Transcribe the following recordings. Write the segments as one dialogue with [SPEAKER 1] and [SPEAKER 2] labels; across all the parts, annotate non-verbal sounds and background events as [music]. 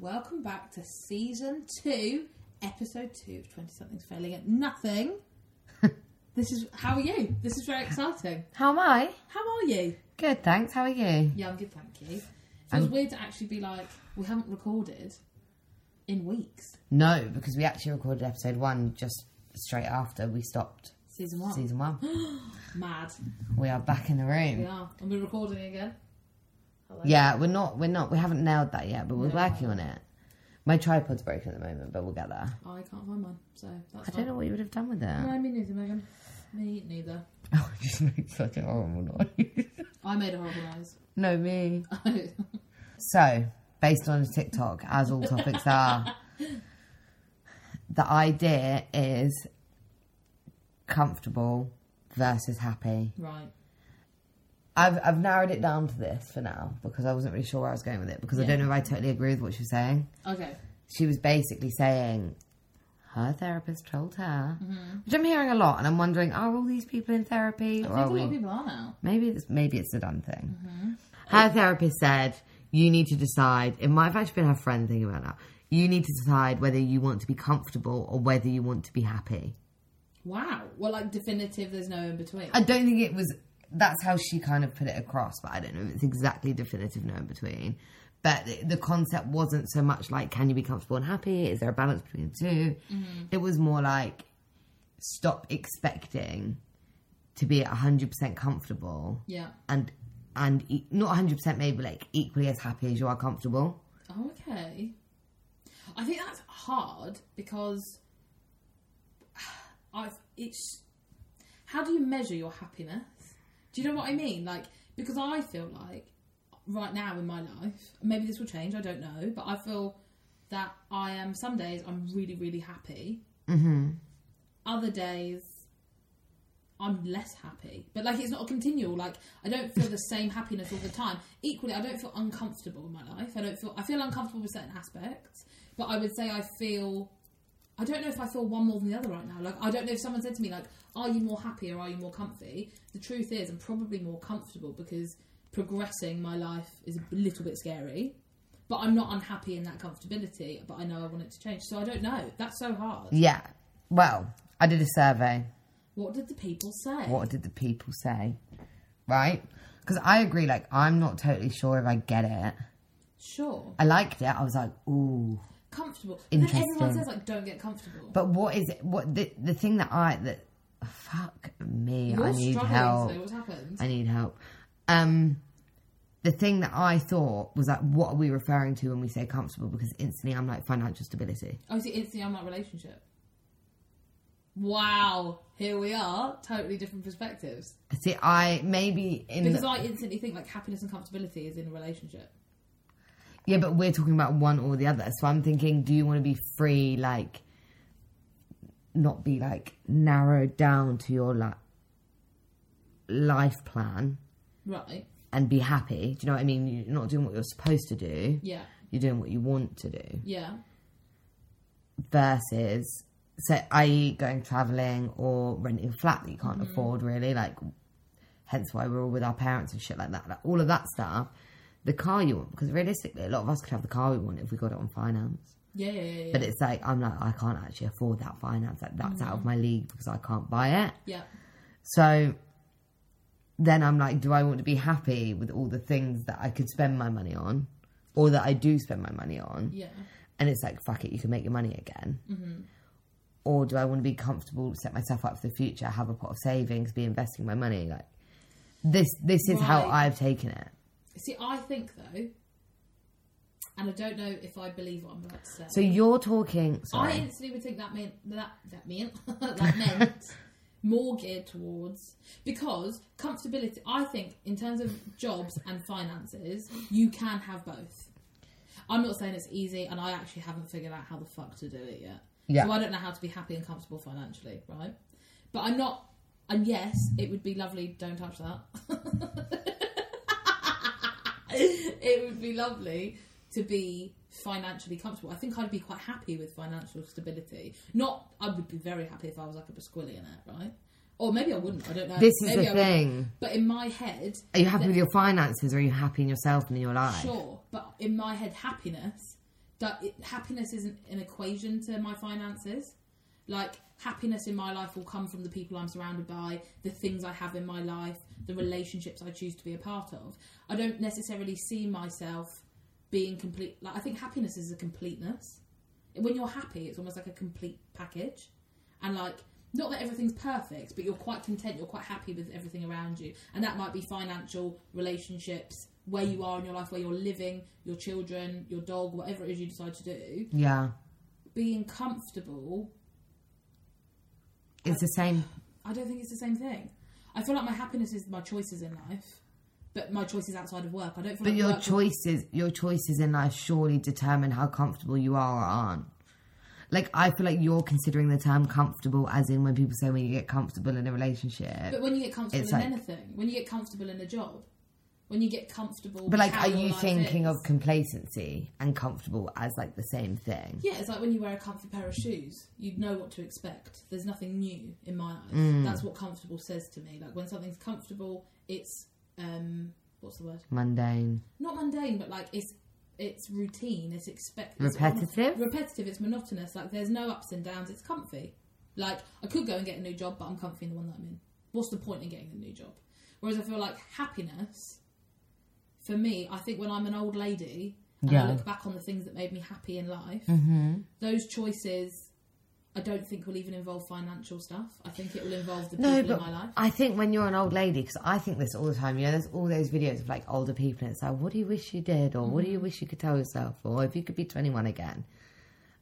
[SPEAKER 1] welcome back to season two, episode two of 20 Something's Failing at
[SPEAKER 2] [laughs]
[SPEAKER 1] Nothing. this is, how are you? This is very exciting.
[SPEAKER 2] How am I?
[SPEAKER 1] How are you?
[SPEAKER 2] Good, thanks. How are you?
[SPEAKER 1] Yeah, I'm good, thank you. It feels
[SPEAKER 2] I'm-
[SPEAKER 1] weird to actually be like, we haven't recorded in weeks.
[SPEAKER 2] No, because we actually recorded episode one just straight after we stopped
[SPEAKER 1] Season one.
[SPEAKER 2] season [gasps] one.
[SPEAKER 1] Mad.
[SPEAKER 2] We are back in the
[SPEAKER 1] We
[SPEAKER 2] room.
[SPEAKER 1] are. And we're recording again. Hello.
[SPEAKER 2] Yeah, we're not, we're not, we haven't nailed that yet, but we're
[SPEAKER 1] No.
[SPEAKER 2] working on it. My tripod's broken at the moment, but we'll get there.
[SPEAKER 1] I can't find mine, so that's
[SPEAKER 2] I don't know what you would have done with it.
[SPEAKER 1] No, me neither, Megan. Me neither.
[SPEAKER 2] [laughs] Oh, it just makes such a horrible noise.
[SPEAKER 1] I made a horrible noise.
[SPEAKER 2] [laughs]
[SPEAKER 1] [laughs]
[SPEAKER 2] no, me. So, based on a TikTok, as all topics are, the idea is comfortable versus happy.
[SPEAKER 1] right.
[SPEAKER 2] I've I've narrowed it down to this for now because I wasn't really sure where I was going with it because I don't know if I totally agree with what she was saying.
[SPEAKER 1] Okay.
[SPEAKER 2] She was basically saying her therapist told her, which I'm hearing a lot, and I'm wondering, are all these people in therapy?
[SPEAKER 1] Mm-hmm. I think a
[SPEAKER 2] Or are
[SPEAKER 1] lot of
[SPEAKER 2] we?
[SPEAKER 1] people Mm-hmm. are now.
[SPEAKER 2] Maybe it's maybe it's a done thing. Her therapist said you need to decide. It might have actually been her friend thinking about that. You need to decide whether you want to be comfortable or whether you want to be happy.
[SPEAKER 1] Wow. Well, like definitive. There's no in between.
[SPEAKER 2] I don't think it was. That's how she kind of put it across, but I don't know if it's exactly definitive no in between. But the- the concept wasn't so much like, can you be comfortable and happy? Is there a balance between the 2 It was more like, stop expecting to be 100% comfortable
[SPEAKER 1] yeah.
[SPEAKER 2] and and e- not 100% maybe like equally as happy as you are comfortable.
[SPEAKER 1] Oh, okay. I think that's hard because [sighs] I've it's. How do you measure your happiness? Do you know what I mean? Like because I feel like right now in my life, maybe this will change. I don't know, but I feel that I am. Some days I'm really, really happy. Mm-hmm. Other days. I'm less happy, but like it's not a continual. Like I don't feel the same happiness all the time. Equally, I don't feel uncomfortable in my life. I don't feel I feel uncomfortable with certain aspects, but I would say I feel I don't know if I feel one more than the other right now. Like I don't know if someone said to me like, "Are you more happy or are you more comfy?" The truth is, I'm probably more comfortable because progressing my life is a little bit scary, but I'm not unhappy in that comfortability. But I know I want it to change, so I don't know. That's so hard.
[SPEAKER 2] Yeah. Well, I did a survey.
[SPEAKER 1] What did the people say?
[SPEAKER 2] What did the people say? Right? Because I agree, like, I'm not totally sure if I get it.
[SPEAKER 1] Sure,
[SPEAKER 2] I liked it. I was like, ooh.
[SPEAKER 1] comfortable. And then everyone
[SPEAKER 2] Interesting.
[SPEAKER 1] says like, "Don't get comfortable."
[SPEAKER 2] But what is it? What the the thing that I that oh, fuck me?
[SPEAKER 1] You're
[SPEAKER 2] I need
[SPEAKER 1] struggling
[SPEAKER 2] help.
[SPEAKER 1] today. What's happened?
[SPEAKER 2] I need help. Um, the thing that I thought was like, what are we referring to when we say comfortable? Because instantly I'm like financial stability.
[SPEAKER 1] Oh, see, it's the online relationship. Wow, here we are. Totally different perspectives.
[SPEAKER 2] See, I maybe in
[SPEAKER 1] Because
[SPEAKER 2] the,
[SPEAKER 1] I instantly think like happiness and comfortability is in a relationship.
[SPEAKER 2] yeah, but we're talking about one or the other. So I'm thinking, do you want to be free, like not be like narrowed down to your like life plan
[SPEAKER 1] Right.
[SPEAKER 2] and be happy? Do you know what I mean? You're not doing what you're supposed to do.
[SPEAKER 1] Yeah.
[SPEAKER 2] you're doing what you want to do
[SPEAKER 1] Yeah.
[SPEAKER 2] versus so i.e. going travelling or renting a flat that you can't afford really like hence why we're all with our parents and shit like that like all of that stuff the car you want because realistically a lot of us could have the car we want if we got it on finance
[SPEAKER 1] Yeah, yeah, yeah, yeah.
[SPEAKER 2] but it's like i'm like i can't actually afford that finance like that's out of my league because i can't buy it
[SPEAKER 1] yeah.
[SPEAKER 2] so then I'm like, do I want to be happy with all the things that I could spend my money on or that I do spend my money on?
[SPEAKER 1] Yeah.
[SPEAKER 2] And it's like, fuck it, you can make your money again.
[SPEAKER 1] Mm-hmm.
[SPEAKER 2] Or do I want to be comfortable, set myself up for the future, have a pot of savings, be investing my money? Like, this this is how
[SPEAKER 1] Right.
[SPEAKER 2] I've taken it.
[SPEAKER 1] See, I think though, and I don't know if I believe what I'm about to say.
[SPEAKER 2] So you're talking. Sorry.
[SPEAKER 1] I instantly would think that meant that that meant [laughs] that meant more geared towards because comfortability. I think in terms of jobs and finances, you can have both. I'm not saying it's easy, and I actually haven't figured out how the fuck to do it yet.
[SPEAKER 2] Yeah.
[SPEAKER 1] So I don't know how to be happy and comfortable financially, right? But I'm not. And yes, it would be lovely. Don't touch that. it would be lovely to be financially comfortable. I think I'd be quite happy with financial stability. Not, I would be very happy if I was like a squillionaire, right? Or maybe I wouldn't. I don't know.
[SPEAKER 2] This is
[SPEAKER 1] Maybe
[SPEAKER 2] the
[SPEAKER 1] I wouldn't.
[SPEAKER 2] thing.
[SPEAKER 1] But in my head,
[SPEAKER 2] Are you happy with your finances or are you happy in yourself and in your life?
[SPEAKER 1] sure. But in my head, happiness that it, happiness isn't an equation to my finances. Like happiness in my life will come from the people I'm surrounded by, the things I have in my life, the relationships I choose to be a part of. I don't necessarily see myself being complete. Like I think happiness is a completeness. When you're happy, it's almost like a complete package, and like not that everything's perfect, but you're quite content, you're quite happy with everything around you, and that might be financial, relationships, where you are in your life, where you're living, your children, your dog, whatever it is you decide to do.
[SPEAKER 2] Yeah.
[SPEAKER 1] Being comfortable,
[SPEAKER 2] It's the same.
[SPEAKER 1] I don't think it's the same thing. I feel like my happiness is my choices in life, but my choices outside of work. I don't feel
[SPEAKER 2] But
[SPEAKER 1] like
[SPEAKER 2] your
[SPEAKER 1] work-
[SPEAKER 2] choices, your choices in life surely determine how comfortable you are or aren't. Like I feel like you're considering the term comfortable as in when people say when you get comfortable in a relationship.
[SPEAKER 1] But when you get comfortable
[SPEAKER 2] It's
[SPEAKER 1] in
[SPEAKER 2] like-
[SPEAKER 1] anything, when you get comfortable in a job, when you get comfortable,
[SPEAKER 2] But like,
[SPEAKER 1] with how
[SPEAKER 2] are
[SPEAKER 1] your
[SPEAKER 2] you
[SPEAKER 1] life
[SPEAKER 2] thinking
[SPEAKER 1] is-
[SPEAKER 2] of complacency and comfortable as like the same thing?
[SPEAKER 1] Yeah, it's like when you wear a comfy pair of shoes, you know what to expect. There's nothing new in my eyes. That's what comfortable says to me. Like when something's comfortable, it's um, what's the word?
[SPEAKER 2] Mundane.
[SPEAKER 1] Not mundane, but like it's it's routine. It's expected.
[SPEAKER 2] Repetitive?
[SPEAKER 1] repetitive. It's monotonous. Like there's no ups and downs. It's comfy. Like I could go and get a new job, but I'm comfy in the one that I'm in. What's the point in getting a new job? Whereas I feel like happiness, for me, I think when I'm an old lady and
[SPEAKER 2] Yeah. Mm-hmm.
[SPEAKER 1] I look back on the things that made me happy in life, those choices, I don't think will even involve financial stuff. I think it will involve the people
[SPEAKER 2] No,
[SPEAKER 1] in
[SPEAKER 2] but
[SPEAKER 1] my life.
[SPEAKER 2] I think when you're an old lady, because I think this all the time. You know, there's all those videos of like older people, and it's like, what do you wish you did, or what do you wish you could tell yourself, or if you could be 21 again.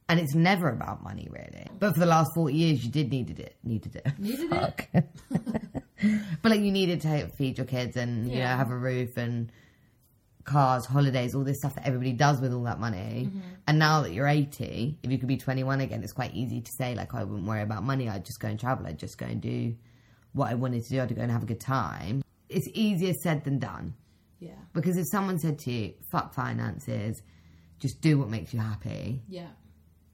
[SPEAKER 2] And it's never about money, really. But for the last 40 years, you did needed it, needed it,
[SPEAKER 1] Needed it.
[SPEAKER 2] Fuck. [laughs] but like, you needed to feed your kids, and you know,
[SPEAKER 1] Yeah.
[SPEAKER 2] have a roof and cars, holidays, all this stuff that everybody does with all that money.
[SPEAKER 1] Mm-hmm.
[SPEAKER 2] And now that you're 80, if you could be 21 again, it's quite easy to say, like, I wouldn't worry about money. I'd just go and travel. I'd just go and do what I wanted to do. I'd go and have a good time. It's easier said than done.
[SPEAKER 1] Yeah,
[SPEAKER 2] Because if someone said to you, fuck finances, just do what makes you happy,
[SPEAKER 1] yeah.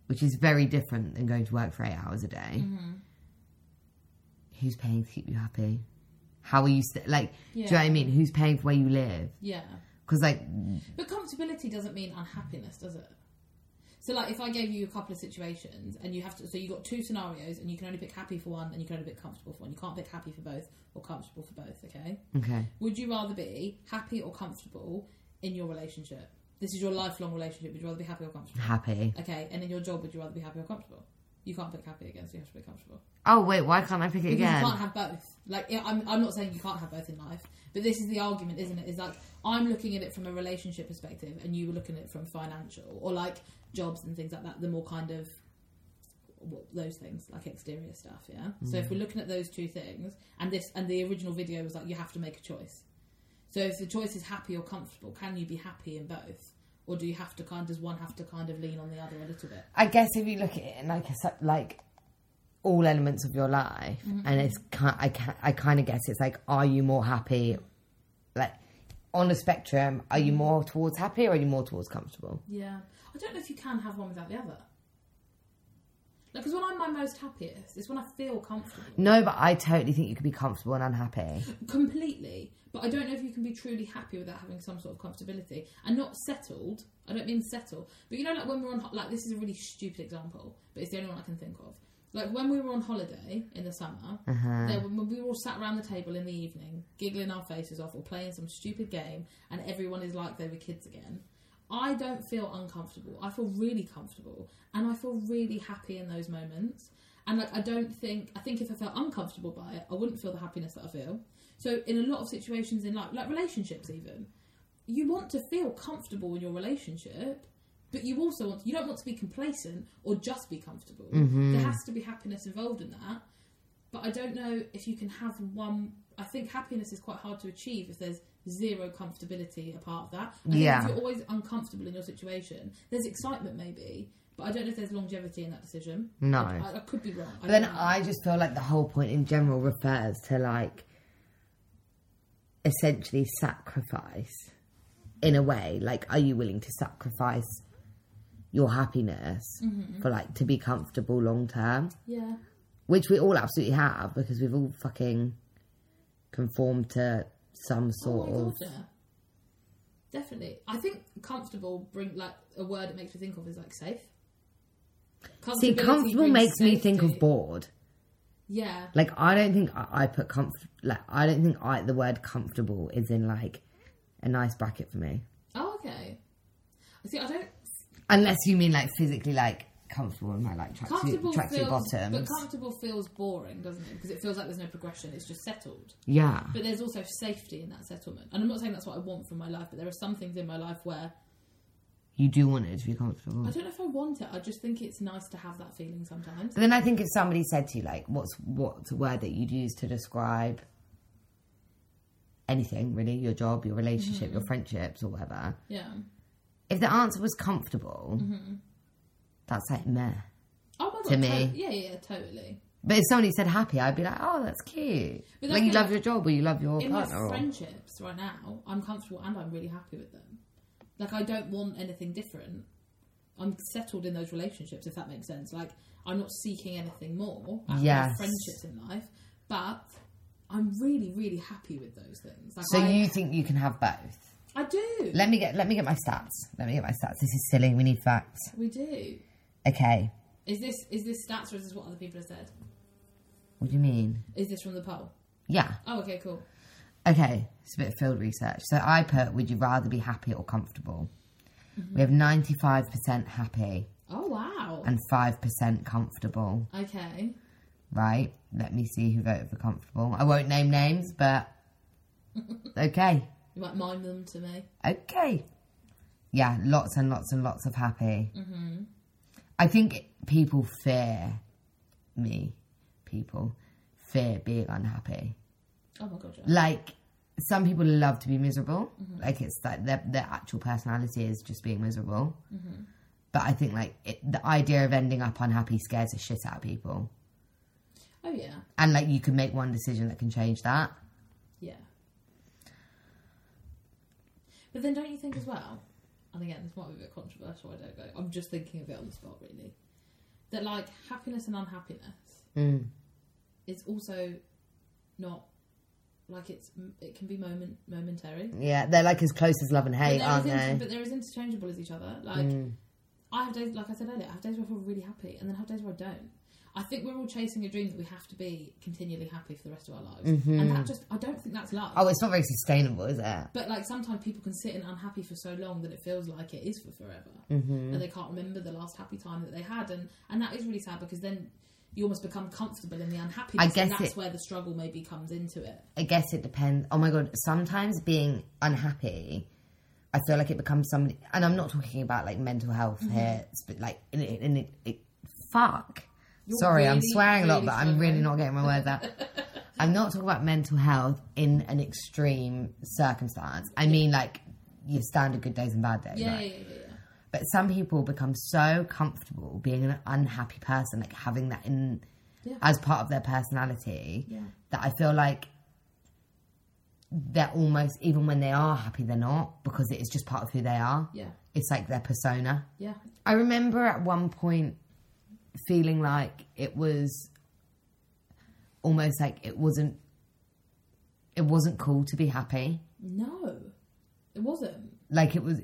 [SPEAKER 2] which is very different than going to work for eight hours a day,
[SPEAKER 1] Mm-hmm.
[SPEAKER 2] who's paying to keep you happy? How are you, st- like, do you know what I
[SPEAKER 1] Yeah.
[SPEAKER 2] mean? Who's paying for where you live?
[SPEAKER 1] Yeah.
[SPEAKER 2] Because, like,
[SPEAKER 1] But comfortability doesn't mean unhappiness, does it? So, like, if I gave you a couple of situations and you have to, so you got two scenarios and you can only pick happy for one and you can only pick comfortable for one. You can't pick happy for both or comfortable for both, okay?
[SPEAKER 2] okay.
[SPEAKER 1] Would you rather be happy or comfortable in your relationship? This is your lifelong relationship. Would you rather be happy or comfortable?
[SPEAKER 2] [laughs] Happy.
[SPEAKER 1] Okay, and in your job, would you rather be happy or comfortable? You can't pick happy again, so you have to be comfortable.
[SPEAKER 2] Oh wait, why can't I pick it
[SPEAKER 1] Because
[SPEAKER 2] again?
[SPEAKER 1] you can't have both. Like, yeah, I'm, I'm not saying you can't have both in life, but this is the argument, isn't it? Is like, I'm looking at it from a relationship perspective, and you were looking at it from financial, or like jobs and things like that, the more kind of what, those things, like exterior stuff, yeah? So if we're looking at those two things, and this, and the original video was like, you have to make a choice. So if the choice is happy or comfortable, can you be happy in both? Or do you have to kind? Does one have to kind of lean on the other a little bit?
[SPEAKER 2] I guess if you look at it in like a, su- like all elements of your life,
[SPEAKER 1] Mm-hmm.
[SPEAKER 2] and it's ki- I can I kind of guess it's like, are you more happy? Like on a spectrum, are
[SPEAKER 1] Mm-hmm.
[SPEAKER 2] you more towards happy or are you more towards comfortable?
[SPEAKER 1] Yeah. I don't know if you can have one without the other. Because when I'm my most happiest, it's when I feel comfortable.
[SPEAKER 2] No, but I totally think you could be comfortable and unhappy.
[SPEAKER 1] Completely. But I don't know if you can be truly happy without having some sort of comfortability. And not settled. I don't mean settle. But you know, like when we're on, ho- like this is a really stupid example, but it's the only one I can think of. Like when we were on holiday in the summer, there, when we were all sat around the table in the evening, giggling our faces off or playing some stupid game, and everyone is like they were kids again. I don't feel uncomfortable. I feel really comfortable and I feel really happy in those moments. And like I don't think I think if I felt uncomfortable by it, I wouldn't feel the happiness that I feel. So in a lot of situations in life, like relationships even, you want to feel comfortable in your relationship, but you also want you don't want to be complacent or just be comfortable.
[SPEAKER 2] Mm-hmm.
[SPEAKER 1] There has to be happiness involved in that. But I don't know if you can have one. I think happiness is quite hard to achieve if there's zero comfortability apart of that. I think
[SPEAKER 2] Yeah.
[SPEAKER 1] If you're always uncomfortable in your situation, there's excitement maybe, but I don't know if there's longevity in that decision.
[SPEAKER 2] No.
[SPEAKER 1] I, I- I could be wrong.
[SPEAKER 2] But then
[SPEAKER 1] don't know.
[SPEAKER 2] I just feel like the whole point in general refers to like essentially sacrifice in a way. Like, are you willing to sacrifice your happiness
[SPEAKER 1] Mm-hmm.
[SPEAKER 2] for like to be comfortable long term?
[SPEAKER 1] yeah.
[SPEAKER 2] Which we all absolutely have because we've all fucking conformed to some
[SPEAKER 1] Oh
[SPEAKER 2] sort
[SPEAKER 1] my
[SPEAKER 2] of
[SPEAKER 1] god, yeah. Definitely. I think comfortable bring like a word it makes me think of is like safe.
[SPEAKER 2] See,
[SPEAKER 1] Comfortability
[SPEAKER 2] comfortable
[SPEAKER 1] brings
[SPEAKER 2] makes me think of
[SPEAKER 1] safety.
[SPEAKER 2] bored.
[SPEAKER 1] Yeah.
[SPEAKER 2] Like I don't think I, I put comf like I don't think I the word comfortable is in like a nice bracket for me.
[SPEAKER 1] Oh, okay. I see. I don't
[SPEAKER 2] Unless you mean like physically like comfortable in my like tracksuit
[SPEAKER 1] comfortable
[SPEAKER 2] tracksuit
[SPEAKER 1] feels,
[SPEAKER 2] bottoms.
[SPEAKER 1] but comfortable feels boring, doesn't it? Because it feels like there's no progression. It's just settled.
[SPEAKER 2] yeah.
[SPEAKER 1] But there's also safety in that settlement. And I'm not saying that's what I want from my life, but there are some things in my life where
[SPEAKER 2] You do want it to be comfortable.
[SPEAKER 1] I don't know if I want it. I just think it's nice to have that feeling sometimes.
[SPEAKER 2] But then I think if somebody said to you like what's what's a word that you'd use to describe anything really, your job, your relationship,
[SPEAKER 1] Mm-hmm.
[SPEAKER 2] your friendships or whatever.
[SPEAKER 1] Yeah.
[SPEAKER 2] If the answer was comfortable,
[SPEAKER 1] Mm-hmm.
[SPEAKER 2] that's like meh.
[SPEAKER 1] Oh my god.
[SPEAKER 2] To me.
[SPEAKER 1] tot- yeah, yeah, yeah, totally.
[SPEAKER 2] But if somebody said happy, I'd be like, oh, that's cute.
[SPEAKER 1] But
[SPEAKER 2] like
[SPEAKER 1] that's
[SPEAKER 2] you
[SPEAKER 1] not-
[SPEAKER 2] love your job or you love your
[SPEAKER 1] In my
[SPEAKER 2] partner. Or...
[SPEAKER 1] friendships right now, I'm comfortable and I'm really happy with them. Like I don't want anything different. I'm settled in those relationships, if that makes sense. Like I'm not seeking anything more. out of my
[SPEAKER 2] Yes.
[SPEAKER 1] friendships in life, but I'm really, really happy with those things. Like
[SPEAKER 2] So
[SPEAKER 1] I,
[SPEAKER 2] you think you can have both?
[SPEAKER 1] I do.
[SPEAKER 2] Let me get let me get my stats. Let me get my stats. This is silly. We need facts.
[SPEAKER 1] we do.
[SPEAKER 2] Okay.
[SPEAKER 1] Is this is this stats or is this what other people have said?
[SPEAKER 2] What do you mean?
[SPEAKER 1] Is this from the poll?
[SPEAKER 2] Yeah.
[SPEAKER 1] Oh, okay, cool.
[SPEAKER 2] Okay. It's a bit of field research. So I put, would you rather be happy or comfortable? We have ninety five percent happy
[SPEAKER 1] Oh wow.
[SPEAKER 2] and five percent comfortable.
[SPEAKER 1] Okay.
[SPEAKER 2] Right. Let me see who voted for comfortable. I won't name names, but okay.
[SPEAKER 1] You might mime them to me.
[SPEAKER 2] Okay. Yeah, lots and lots and lots of happy. Mm-hmm. I think people fear me. People fear being unhappy.
[SPEAKER 1] Oh my god. Yeah.
[SPEAKER 2] Like some people love to be miserable. Like it's like their their actual personality is just being miserable. But I think like it, the idea of ending up unhappy scares the shit out of people.
[SPEAKER 1] Oh yeah.
[SPEAKER 2] And like you can make one decision that can change that.
[SPEAKER 1] Yeah. But then don't you think as well, and again, this might be a bit controversial, I don't know, I'm just thinking of it on the spot really, that like happiness and unhappiness
[SPEAKER 2] Mm.
[SPEAKER 1] is also not, like it's, it can be moment momentary.
[SPEAKER 2] Yeah, they're like as close as love and hate,
[SPEAKER 1] but,
[SPEAKER 2] aren't
[SPEAKER 1] they're as
[SPEAKER 2] they? Hmm.
[SPEAKER 1] inter- but they're as interchangeable as each other. Like, I have days, like I said earlier, I have days where I feel really happy, and then I have days where I don't. I think we're all chasing a dream that we have to be continually happy for the rest of our lives,
[SPEAKER 2] Mm-hmm.
[SPEAKER 1] and that just—I don't think that's life.
[SPEAKER 2] Oh, it's not very sustainable, is it?
[SPEAKER 1] But like sometimes people can sit in unhappy for so long that it feels like it is for forever, mm-hmm. and they can't remember the last happy time that they had, and and that is really sad because then you almost become comfortable in the unhappiness.
[SPEAKER 2] I guess
[SPEAKER 1] and that's
[SPEAKER 2] it-
[SPEAKER 1] where the struggle maybe comes into it.
[SPEAKER 2] I guess it depends. Oh my god, sometimes being unhappy, I feel like it becomes somebody, and I'm not talking about like mental health
[SPEAKER 1] Mm-hmm.
[SPEAKER 2] here, but like in it, in it, it fuck.
[SPEAKER 1] You're
[SPEAKER 2] Sorry, I'm
[SPEAKER 1] really,
[SPEAKER 2] swearing a lot,
[SPEAKER 1] really
[SPEAKER 2] but I'm really
[SPEAKER 1] struggling.
[SPEAKER 2] not getting my words out.
[SPEAKER 1] [laughs]
[SPEAKER 2] I'm not talking about mental health in an extreme circumstance. I mean, like your standard good days and bad days.
[SPEAKER 1] Yeah,
[SPEAKER 2] right?
[SPEAKER 1] yeah, yeah, yeah.
[SPEAKER 2] But some people become so comfortable being an unhappy person, like having that in
[SPEAKER 1] Yeah.
[SPEAKER 2] as part of their personality,
[SPEAKER 1] Yeah.
[SPEAKER 2] that I feel like they're almost even when they are happy, they're not because it is just part of who they are.
[SPEAKER 1] yeah,
[SPEAKER 2] It's like their persona.
[SPEAKER 1] yeah,
[SPEAKER 2] I remember at one point feeling like it was almost like it wasn't it wasn't cool to be happy.
[SPEAKER 1] No, it wasn't.
[SPEAKER 2] Like it was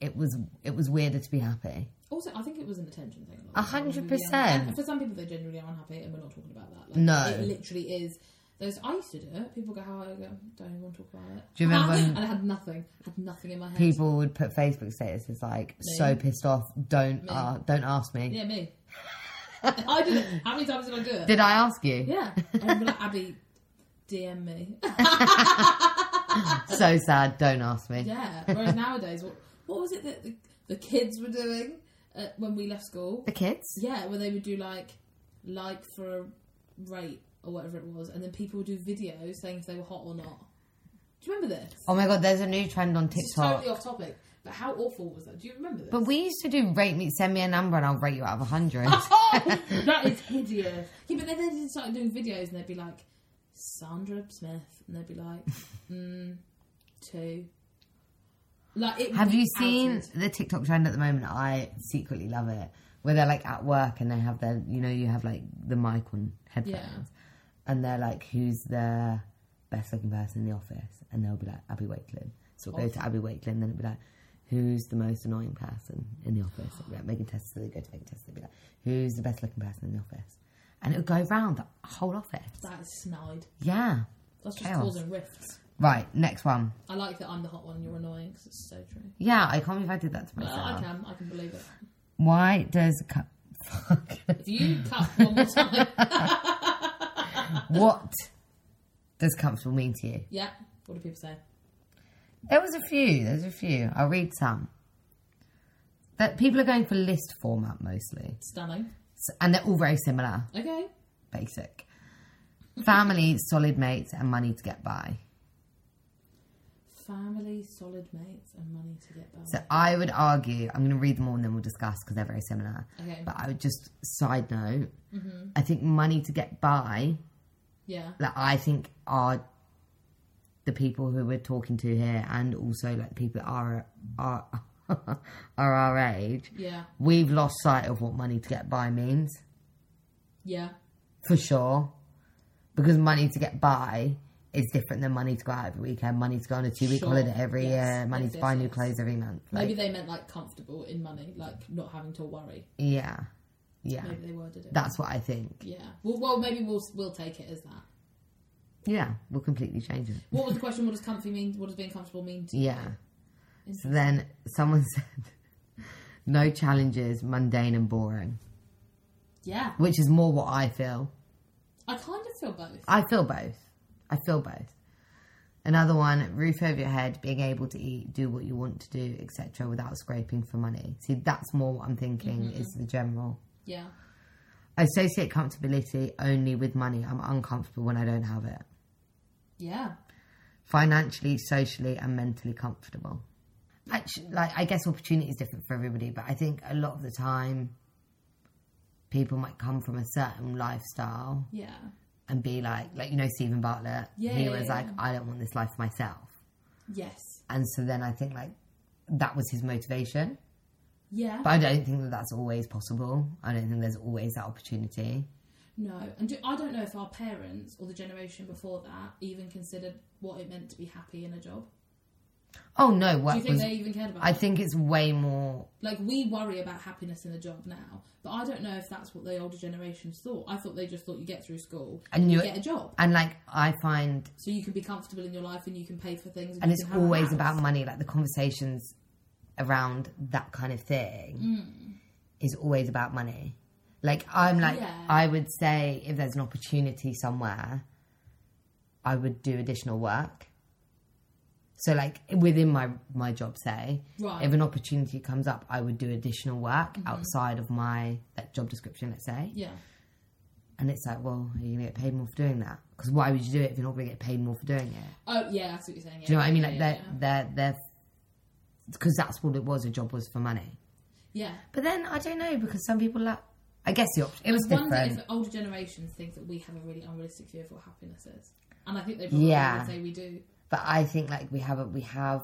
[SPEAKER 2] it was it was weirder to be happy.
[SPEAKER 1] Also, I think it was an attention thing.
[SPEAKER 2] A hundred
[SPEAKER 1] Like,
[SPEAKER 2] percent.
[SPEAKER 1] and For some people, they genuinely are unhappy, and we're not talking about that. Like,
[SPEAKER 2] No.
[SPEAKER 1] it literally is. Those I used to do it. People go, "How I go, don't even want to talk about it."
[SPEAKER 2] Do you remember when-
[SPEAKER 1] [laughs] and I had nothing. had nothing in my head.
[SPEAKER 2] people would put Facebook statuses like so pissed off. Don't uh, don't ask me.
[SPEAKER 1] Yeah, me. I did it. How many times did I do it?
[SPEAKER 2] Did I ask you?
[SPEAKER 1] yeah. I'd be like, Abby, DM me. [laughs]
[SPEAKER 2] So sad. Don't ask me.
[SPEAKER 1] yeah. Whereas nowadays, what, what was it that the, the kids were doing uh, when we left school?
[SPEAKER 2] The kids.
[SPEAKER 1] Yeah, where they would do like, like for a rate or whatever it was, and then people would do videos saying if they were hot or not. Do you remember this?
[SPEAKER 2] Oh my god, there's a new trend on
[SPEAKER 1] It's
[SPEAKER 2] TikTok.
[SPEAKER 1] totally off topic, but how awful was that? Do you remember this?
[SPEAKER 2] But we used to do rate me, send me a number, and I'll rate you out of a hundred.
[SPEAKER 1] Oh, that is hideous. Yeah, but then they just started doing videos and they'd be like, Sandra Smith, and they'd be like, mm, two. Like, it
[SPEAKER 2] [laughs] Have you
[SPEAKER 1] was
[SPEAKER 2] seen
[SPEAKER 1] outed.
[SPEAKER 2] the TikTok trend at the moment? I secretly love it. Where they're like at work and they have their, you know, you have like the mic on headphones,
[SPEAKER 1] Yeah.
[SPEAKER 2] and they're like, "Who's the best looking person in the office, and they'll be like Abby Wakelin. So we'll go to Abby Wakelin, then it'll be like, who's the most annoying person in the office? It'll be like Megan Tester. So they go to Megan Tester. They'll be like, who's the best looking person in the office? And it'll go round the whole office.
[SPEAKER 1] That is snide.
[SPEAKER 2] Yeah.
[SPEAKER 1] That's just
[SPEAKER 2] Chaos.
[SPEAKER 1] causing rifts.
[SPEAKER 2] Right. Next one.
[SPEAKER 1] I like that I'm the hot one. You're annoying because it's so true.
[SPEAKER 2] Yeah, I can't believe I did that to
[SPEAKER 1] But
[SPEAKER 2] myself.
[SPEAKER 1] I can. I can believe it.
[SPEAKER 2] Why does cu- fuck? [laughs]
[SPEAKER 1] If you cut one more time, [laughs]
[SPEAKER 2] what does comfortable mean to you?
[SPEAKER 1] yeah. What do people say?
[SPEAKER 2] There was a few. There's a few. I'll read some. That people are going for list format mostly,
[SPEAKER 1] Stunning.
[SPEAKER 2] S- and they're all very similar.
[SPEAKER 1] Okay.
[SPEAKER 2] Basic. Family, solid mates, and money to get by.
[SPEAKER 1] Family, solid mates, and money to get by.
[SPEAKER 2] So I would argue. I'm going to read them all and then we'll discuss because they're very similar.
[SPEAKER 1] Okay.
[SPEAKER 2] But I would just side note. I think money to get by
[SPEAKER 1] yeah.
[SPEAKER 2] that I think are the people who we're talking to here, and also like people that are are [laughs] are our age.
[SPEAKER 1] Yeah.
[SPEAKER 2] We've lost sight of what money to get by means
[SPEAKER 1] Yeah.
[SPEAKER 2] for sure, because money to get by is different than money to go out every weekend, money to go on a two week
[SPEAKER 1] Sure.
[SPEAKER 2] holiday every
[SPEAKER 1] Yes.
[SPEAKER 2] year, money
[SPEAKER 1] Yes,
[SPEAKER 2] to
[SPEAKER 1] yes,
[SPEAKER 2] buy new
[SPEAKER 1] yes.
[SPEAKER 2] clothes every month. Like,
[SPEAKER 1] Maybe they meant like comfortable in money, like not having to worry.
[SPEAKER 2] yeah, yeah,
[SPEAKER 1] Maybe they worded it.
[SPEAKER 2] that's what I think.
[SPEAKER 1] yeah. Well, well, maybe we'll we'll take it as that.
[SPEAKER 2] Yeah, we'll completely change it.
[SPEAKER 1] What was the question? What does comfy mean? What does being comfortable mean to you?
[SPEAKER 2] Yeah. So then someone [laughs] said, no challenges, mundane and boring,
[SPEAKER 1] Yeah.
[SPEAKER 2] which is more what I feel.
[SPEAKER 1] I kind of feel both.
[SPEAKER 2] I feel both. I feel both. Another one, roof over your head, being able to eat, do what you want to do, etc., without scraping for money. See, that's more what I'm thinking is the general.
[SPEAKER 1] Yeah.
[SPEAKER 2] I associate comfortability only with money. I'm uncomfortable when I don't have it.
[SPEAKER 1] Yeah.
[SPEAKER 2] financially, socially, and mentally comfortable. Actually, like I guess opportunity is different for everybody, but I think a lot of the time, people might come from a certain lifestyle
[SPEAKER 1] Yeah.
[SPEAKER 2] and be like, like you know Stephen Bartlett,
[SPEAKER 1] Yeah,
[SPEAKER 2] he
[SPEAKER 1] yeah,
[SPEAKER 2] was
[SPEAKER 1] yeah.
[SPEAKER 2] like, I don't want this life for myself,
[SPEAKER 1] Yes.
[SPEAKER 2] and so then I think like that was his motivation,
[SPEAKER 1] Yeah.
[SPEAKER 2] but I don't think that that's always possible. I don't think there's always that opportunity.
[SPEAKER 1] No, and do, I don't know if our parents or the generation before that even considered what it meant to be happy in a job.
[SPEAKER 2] Oh no,
[SPEAKER 1] Do you
[SPEAKER 2] what
[SPEAKER 1] think
[SPEAKER 2] was?
[SPEAKER 1] they even cared about?
[SPEAKER 2] I
[SPEAKER 1] it?
[SPEAKER 2] think it's way more.
[SPEAKER 1] Like we worry about happiness in a job now, but I don't know if that's what the older generations thought. I thought they just thought you get through school
[SPEAKER 2] And
[SPEAKER 1] you
[SPEAKER 2] you-
[SPEAKER 1] get a job,
[SPEAKER 2] And like I find
[SPEAKER 1] so you can be comfortable in your life and you can pay for things.
[SPEAKER 2] and
[SPEAKER 1] you
[SPEAKER 2] it's
[SPEAKER 1] can have a
[SPEAKER 2] always
[SPEAKER 1] house.
[SPEAKER 2] about money like the conversations around that kind of thing
[SPEAKER 1] Mm.
[SPEAKER 2] is always about money like i'm like
[SPEAKER 1] Yeah.
[SPEAKER 2] i would say if there's an opportunity somewhere i would do additional work so like within my my job say
[SPEAKER 1] Right. Mm-hmm.
[SPEAKER 2] if an opportunity comes up i would do additional work outside of my like, job description let's say
[SPEAKER 1] yeah,
[SPEAKER 2] and it's like well are you gonna get paid more for doing that because why would you do it if you're not gonna get paid more for doing it
[SPEAKER 1] oh yeah, that's what you're saying. Yeah.
[SPEAKER 2] do you know what I mean? Like
[SPEAKER 1] yeah,
[SPEAKER 2] they're they're they're because that's what it was. A job was for money.
[SPEAKER 1] yeah. yeah.
[SPEAKER 2] But then I don't know because some people like I guess the option it was
[SPEAKER 1] I wonder if
[SPEAKER 2] different.
[SPEAKER 1] older generations think that we have a really unrealistic view of what happiness is, and I think they probably
[SPEAKER 2] Yeah.
[SPEAKER 1] would say we do
[SPEAKER 2] But I think like we have a, we have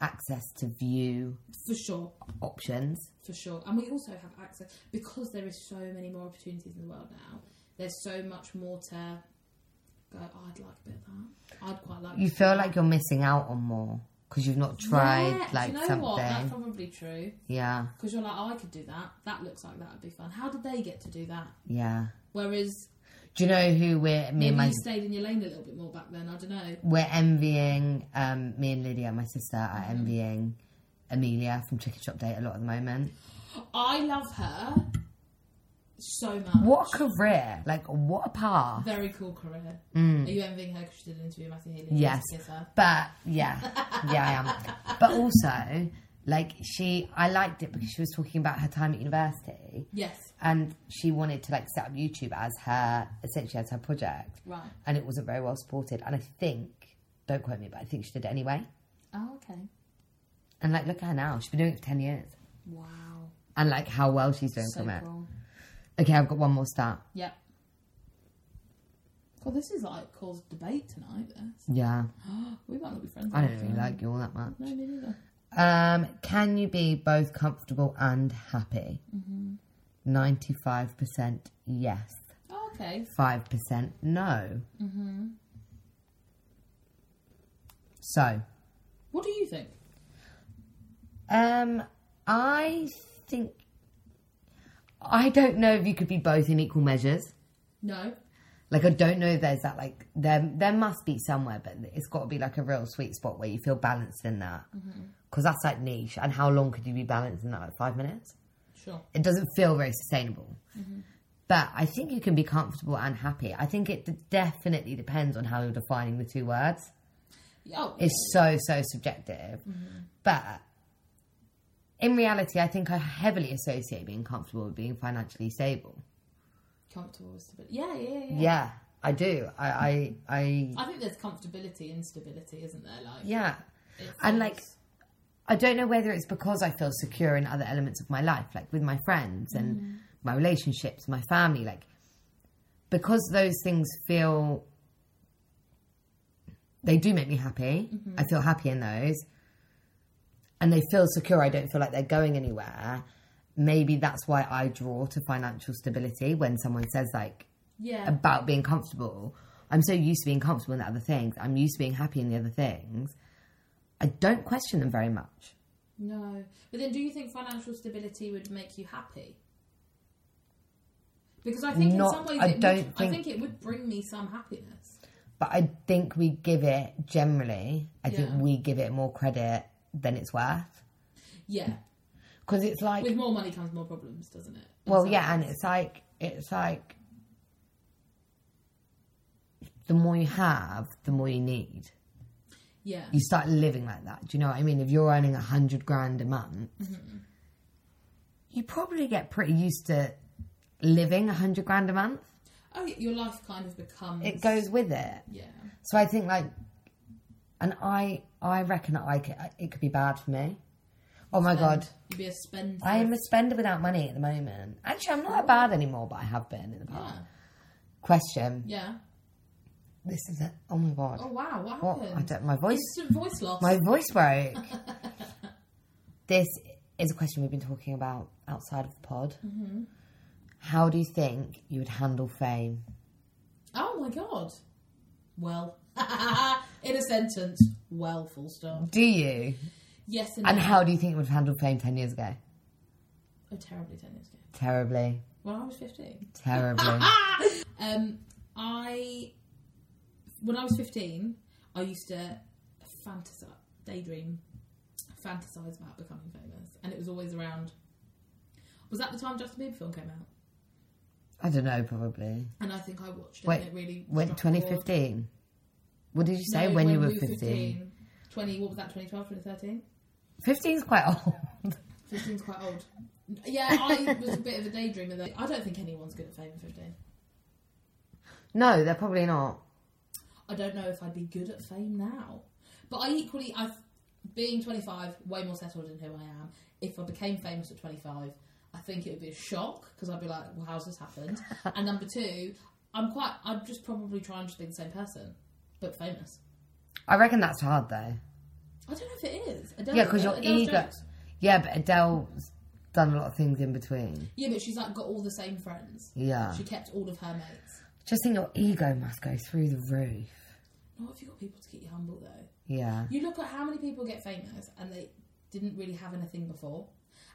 [SPEAKER 2] access to view
[SPEAKER 1] for sure.
[SPEAKER 2] options.
[SPEAKER 1] for sure. And we also have access because there is so many more opportunities in the world now. There's so much more to go. "Oh, I'd like a bit of that. I'd quite like.
[SPEAKER 2] You feel like you're missing out on more because you've not tried
[SPEAKER 1] Yeah, do
[SPEAKER 2] like
[SPEAKER 1] you know
[SPEAKER 2] something.
[SPEAKER 1] What? That's probably true
[SPEAKER 2] Yeah,
[SPEAKER 1] because you're like, oh, I could do that. That looks like that would be fun. How did they get to do that? Whereas
[SPEAKER 2] Do you know who we're me and
[SPEAKER 1] maybe
[SPEAKER 2] my
[SPEAKER 1] you stayed in your lane a little bit more back then. I don't know.
[SPEAKER 2] we're envying um, me and Lydia, my sister, are
[SPEAKER 1] Mm-hmm.
[SPEAKER 2] envying Amelia from Chicken Shop Date a lot at the moment.
[SPEAKER 1] I love her so much.
[SPEAKER 2] What a career! Like what a path.
[SPEAKER 1] Very cool career. Are you envying her because she did an interview with Matthew Healy? and
[SPEAKER 2] Mm. Yes.
[SPEAKER 1] kiss her?
[SPEAKER 2] But yeah, yeah, I am. But also, like she, I liked it because she was talking about her time at university,
[SPEAKER 1] Yes.
[SPEAKER 2] and she wanted to like set up YouTube as her essentially as her project,
[SPEAKER 1] Right.
[SPEAKER 2] and it wasn't very well supported. And I think, don't quote me, but I think she did it anyway.
[SPEAKER 1] Oh, okay.
[SPEAKER 2] And like, look at her now; she's been doing it for ten years,
[SPEAKER 1] Wow.
[SPEAKER 2] and like how well she's doing
[SPEAKER 1] So
[SPEAKER 2] from it.
[SPEAKER 1] cool.
[SPEAKER 2] Okay, I've got one more start.
[SPEAKER 1] Yep. God, this is like caused debate tonight. This [gasps]
[SPEAKER 2] Yeah,
[SPEAKER 1] we might not be friends.
[SPEAKER 2] I don't
[SPEAKER 1] after
[SPEAKER 2] really
[SPEAKER 1] all.
[SPEAKER 2] like you all that much.
[SPEAKER 1] No, me neither.
[SPEAKER 2] Um, can you be both comfortable and happy? 95 percent yes.
[SPEAKER 1] Oh, okay.
[SPEAKER 2] five percent no. So,
[SPEAKER 1] What do you think?
[SPEAKER 2] um, I think I don't know if you could be both in equal measures.
[SPEAKER 1] No.
[SPEAKER 2] Like I don't know if there's that like there there must be somewhere, but it's got to be like a real sweet spot where you feel balanced in that because that's like niche. And how long could you be balanced in that? Like five minutes?
[SPEAKER 1] Sure.
[SPEAKER 2] It doesn't feel very sustainable. But I think you can be comfortable and happy. I think it d- definitely depends on how you're defining the two words.
[SPEAKER 1] Oh,
[SPEAKER 2] It's so so subjective. But in reality, I think I heavily associate being comfortable with being financially stable.
[SPEAKER 1] comfortable with stability. Yeah, yeah, yeah.
[SPEAKER 2] Yeah, I do. I I. I
[SPEAKER 1] I think there's comfortability in stability, isn't there? Like,
[SPEAKER 2] Yeah.
[SPEAKER 1] it
[SPEAKER 2] And,
[SPEAKER 1] feels-
[SPEAKER 2] like, I don't know whether it's because I feel secure in other elements of my life, like with my friends and my relationships, my family, like because those things feel they do make me happy. I feel happy in those. And they feel secure. I don't feel like they're going anywhere. Maybe that's why I draw to financial stability when someone says like
[SPEAKER 1] yeah,
[SPEAKER 2] about being comfortable. I'm so used to being comfortable in the other things. I'm used to being happy in the other things. I don't question them very much.
[SPEAKER 1] no. But then, do you think financial stability would make you happy? Because I think
[SPEAKER 2] Not-
[SPEAKER 1] in some ways,
[SPEAKER 2] I
[SPEAKER 1] it
[SPEAKER 2] don't
[SPEAKER 1] would, I
[SPEAKER 2] think-
[SPEAKER 1] think it would bring me some happiness.
[SPEAKER 2] But I think we give it generally, I
[SPEAKER 1] Yeah.
[SPEAKER 2] think we give it more credit than it's worth.
[SPEAKER 1] Yeah,
[SPEAKER 2] Because it's like,
[SPEAKER 1] with more money comes more problems, doesn't it? In
[SPEAKER 2] well,
[SPEAKER 1] some
[SPEAKER 2] yeah, and
[SPEAKER 1] ways.
[SPEAKER 2] it's like, it's like the more you have, the more you need.
[SPEAKER 1] yeah,
[SPEAKER 2] you start living like that. Do you know what I mean? If you're earning a hundred grand a month,
[SPEAKER 1] Mm-hmm.
[SPEAKER 2] you probably get pretty used to living a hundred grand a month.
[SPEAKER 1] oh, yeah, your life kind of becomes
[SPEAKER 2] It goes with it.
[SPEAKER 1] yeah,
[SPEAKER 2] So I think like, and I I reckon I could, it could be bad for me. Oh my god,
[SPEAKER 1] you'd be a spend.
[SPEAKER 2] I am a spender without money at the moment. Actually, I'm not that bad anymore, but I have been in the
[SPEAKER 1] yeah.
[SPEAKER 2] past. Question:
[SPEAKER 1] yeah.
[SPEAKER 2] This is it. Oh my god.
[SPEAKER 1] Oh wow, what
[SPEAKER 2] What?
[SPEAKER 1] happened?
[SPEAKER 2] I don't. My voice
[SPEAKER 1] Instant voice loss.
[SPEAKER 2] My voice
[SPEAKER 1] [laughs]
[SPEAKER 2] broke. this is a question we've been talking about outside of the pod.
[SPEAKER 1] Mm-hmm.
[SPEAKER 2] How do you think you would handle fame?
[SPEAKER 1] Oh my god. Well, [laughs] in a sentence, well, full stop.
[SPEAKER 2] Do you?
[SPEAKER 1] Yes and,
[SPEAKER 2] And
[SPEAKER 1] no.
[SPEAKER 2] how do you think you would have handled fame 10 years ago?
[SPEAKER 1] Oh, terribly ten years ago.
[SPEAKER 2] Terribly.
[SPEAKER 1] When I was fifteen. [laughs]
[SPEAKER 2] Terribly.
[SPEAKER 1] Um, I when I was fifteen, I used to fantasize, daydream, fantasize about becoming famous, and it was always around. Was that the time Justin Bieber film came out?
[SPEAKER 2] I don't know, probably.
[SPEAKER 1] And I think I watched it.
[SPEAKER 2] Wait,
[SPEAKER 1] and it really
[SPEAKER 2] When
[SPEAKER 1] struck a chord.
[SPEAKER 2] 2015? What did you say?
[SPEAKER 1] No,
[SPEAKER 2] when, you
[SPEAKER 1] we
[SPEAKER 2] were 15?
[SPEAKER 1] 20, what was that, 2012, 2013?
[SPEAKER 2] 15 is quite [laughs] old.
[SPEAKER 1] 15's quite old. Yeah, I was a bit of a daydreamer though. I don't think anyone's good at fame at 15.
[SPEAKER 2] no, they're probably not.
[SPEAKER 1] I don't know if I'd be good at fame now. But I equally, I've being 25, way more settled in who I am. If I became famous at 25, I think it would be a shock because I'd be like, well, how's this
[SPEAKER 2] [laughs]
[SPEAKER 1] happened? and number two, I'm quite, I'd just probably try and just be the same person, but famous.
[SPEAKER 2] I reckon that's hard though.
[SPEAKER 1] I don't know if it is. Adele,
[SPEAKER 2] Yeah, 'cause your
[SPEAKER 1] Adele's
[SPEAKER 2] ego-
[SPEAKER 1] jokes.
[SPEAKER 2] Yeah, but Adele's done a lot of things in between.
[SPEAKER 1] Yeah, but she's like got all the same friends.
[SPEAKER 2] Yeah.
[SPEAKER 1] She kept all of her mates.
[SPEAKER 2] Just think your ego must go through the roof.
[SPEAKER 1] Not if you've got people to keep you humble though.
[SPEAKER 2] Yeah.
[SPEAKER 1] You look at how many people get famous and they didn't really have anything before.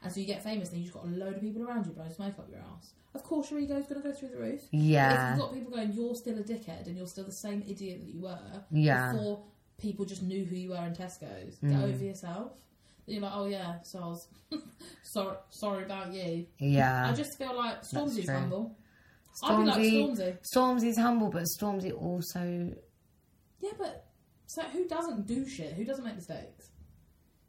[SPEAKER 1] And so you get famous and you've got a load of people around you blowing smoke up your ass. Of course your ego's going to go through the roof. But
[SPEAKER 2] Yeah.
[SPEAKER 1] if you've got people going, you're still a dickhead and you're still the same idiot that you were
[SPEAKER 2] Yeah. Mm.
[SPEAKER 1] before people just knew who you were in Tesco's, get over yourself. Then you're like, oh yeah, so I was [laughs] sorry, sorry about you. I
[SPEAKER 2] Yeah.
[SPEAKER 1] just feel like Stormzy's
[SPEAKER 2] true.
[SPEAKER 1] humble. I'd be like Stormzy.
[SPEAKER 2] Stormzy's humble, but Stormzy also.
[SPEAKER 1] Yeah, but so who doesn't do shit? Who doesn't make mistakes?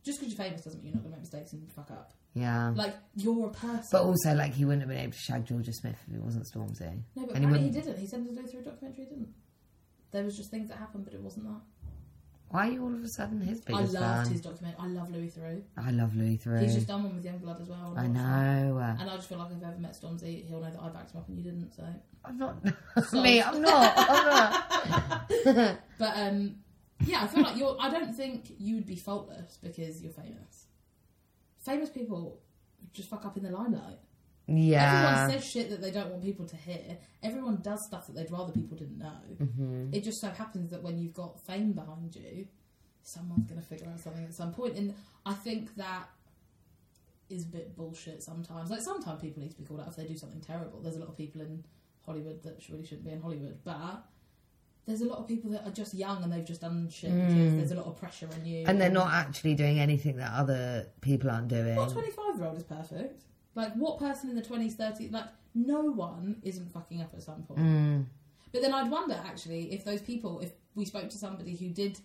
[SPEAKER 1] Just because you're famous doesn't mean you're not going to make mistakes and fuck up.
[SPEAKER 2] Yeah.
[SPEAKER 1] Like you're a person.
[SPEAKER 2] But also, like, he wouldn't have been able to shag Georgia Smith if it wasn't Stormzy.
[SPEAKER 1] no, but apparently
[SPEAKER 2] and he
[SPEAKER 1] he
[SPEAKER 2] wouldn't.
[SPEAKER 1] didn't. He said to do through a documentary. He didn't. There was just things that happened, but it wasn't that.
[SPEAKER 2] Why are you all of a sudden his
[SPEAKER 1] I
[SPEAKER 2] biggest
[SPEAKER 1] loved
[SPEAKER 2] fan?
[SPEAKER 1] his document. I love Louis Theroux.
[SPEAKER 2] I love Louis Theroux.
[SPEAKER 1] He's just done one with Young Blood as well.
[SPEAKER 2] I
[SPEAKER 1] watched that.
[SPEAKER 2] know.
[SPEAKER 1] And I just feel like if I ever met Stormzy, he'll know that I backed him up and you didn't.
[SPEAKER 2] [laughs]
[SPEAKER 1] So,
[SPEAKER 2] I'm not. Me, I'm [laughs] not. I'm not.
[SPEAKER 1] but um, yeah, I feel like you're. I don't think you would be faultless because you're famous. Famous people just fuck up in the limelight.
[SPEAKER 2] Yeah.
[SPEAKER 1] Everyone says shit that they don't want people to hear. Everyone does
[SPEAKER 2] Mm-hmm.
[SPEAKER 1] stuff that they'd rather people didn't know. It just so happens that when you've got fame behind you, someone's going to figure out something at some point. And I think that is a bit bullshit sometimes. Like sometimes people need to be called out if they do something terrible. There's a lot of people in Hollywood that really shouldn't be in Hollywood, but there's a lot of people that are just young and they've just done shit. which is- There's a lot of pressure on you.
[SPEAKER 2] Mm. And they're not actually doing anything that other people aren't doing.
[SPEAKER 1] What 25 year old is perfect? Like, what person in the 20s, 30s, like, no one isn't fucking up at some point.
[SPEAKER 2] Mm.
[SPEAKER 1] But then I'd wonder actually if those people, if we spoke to somebody who did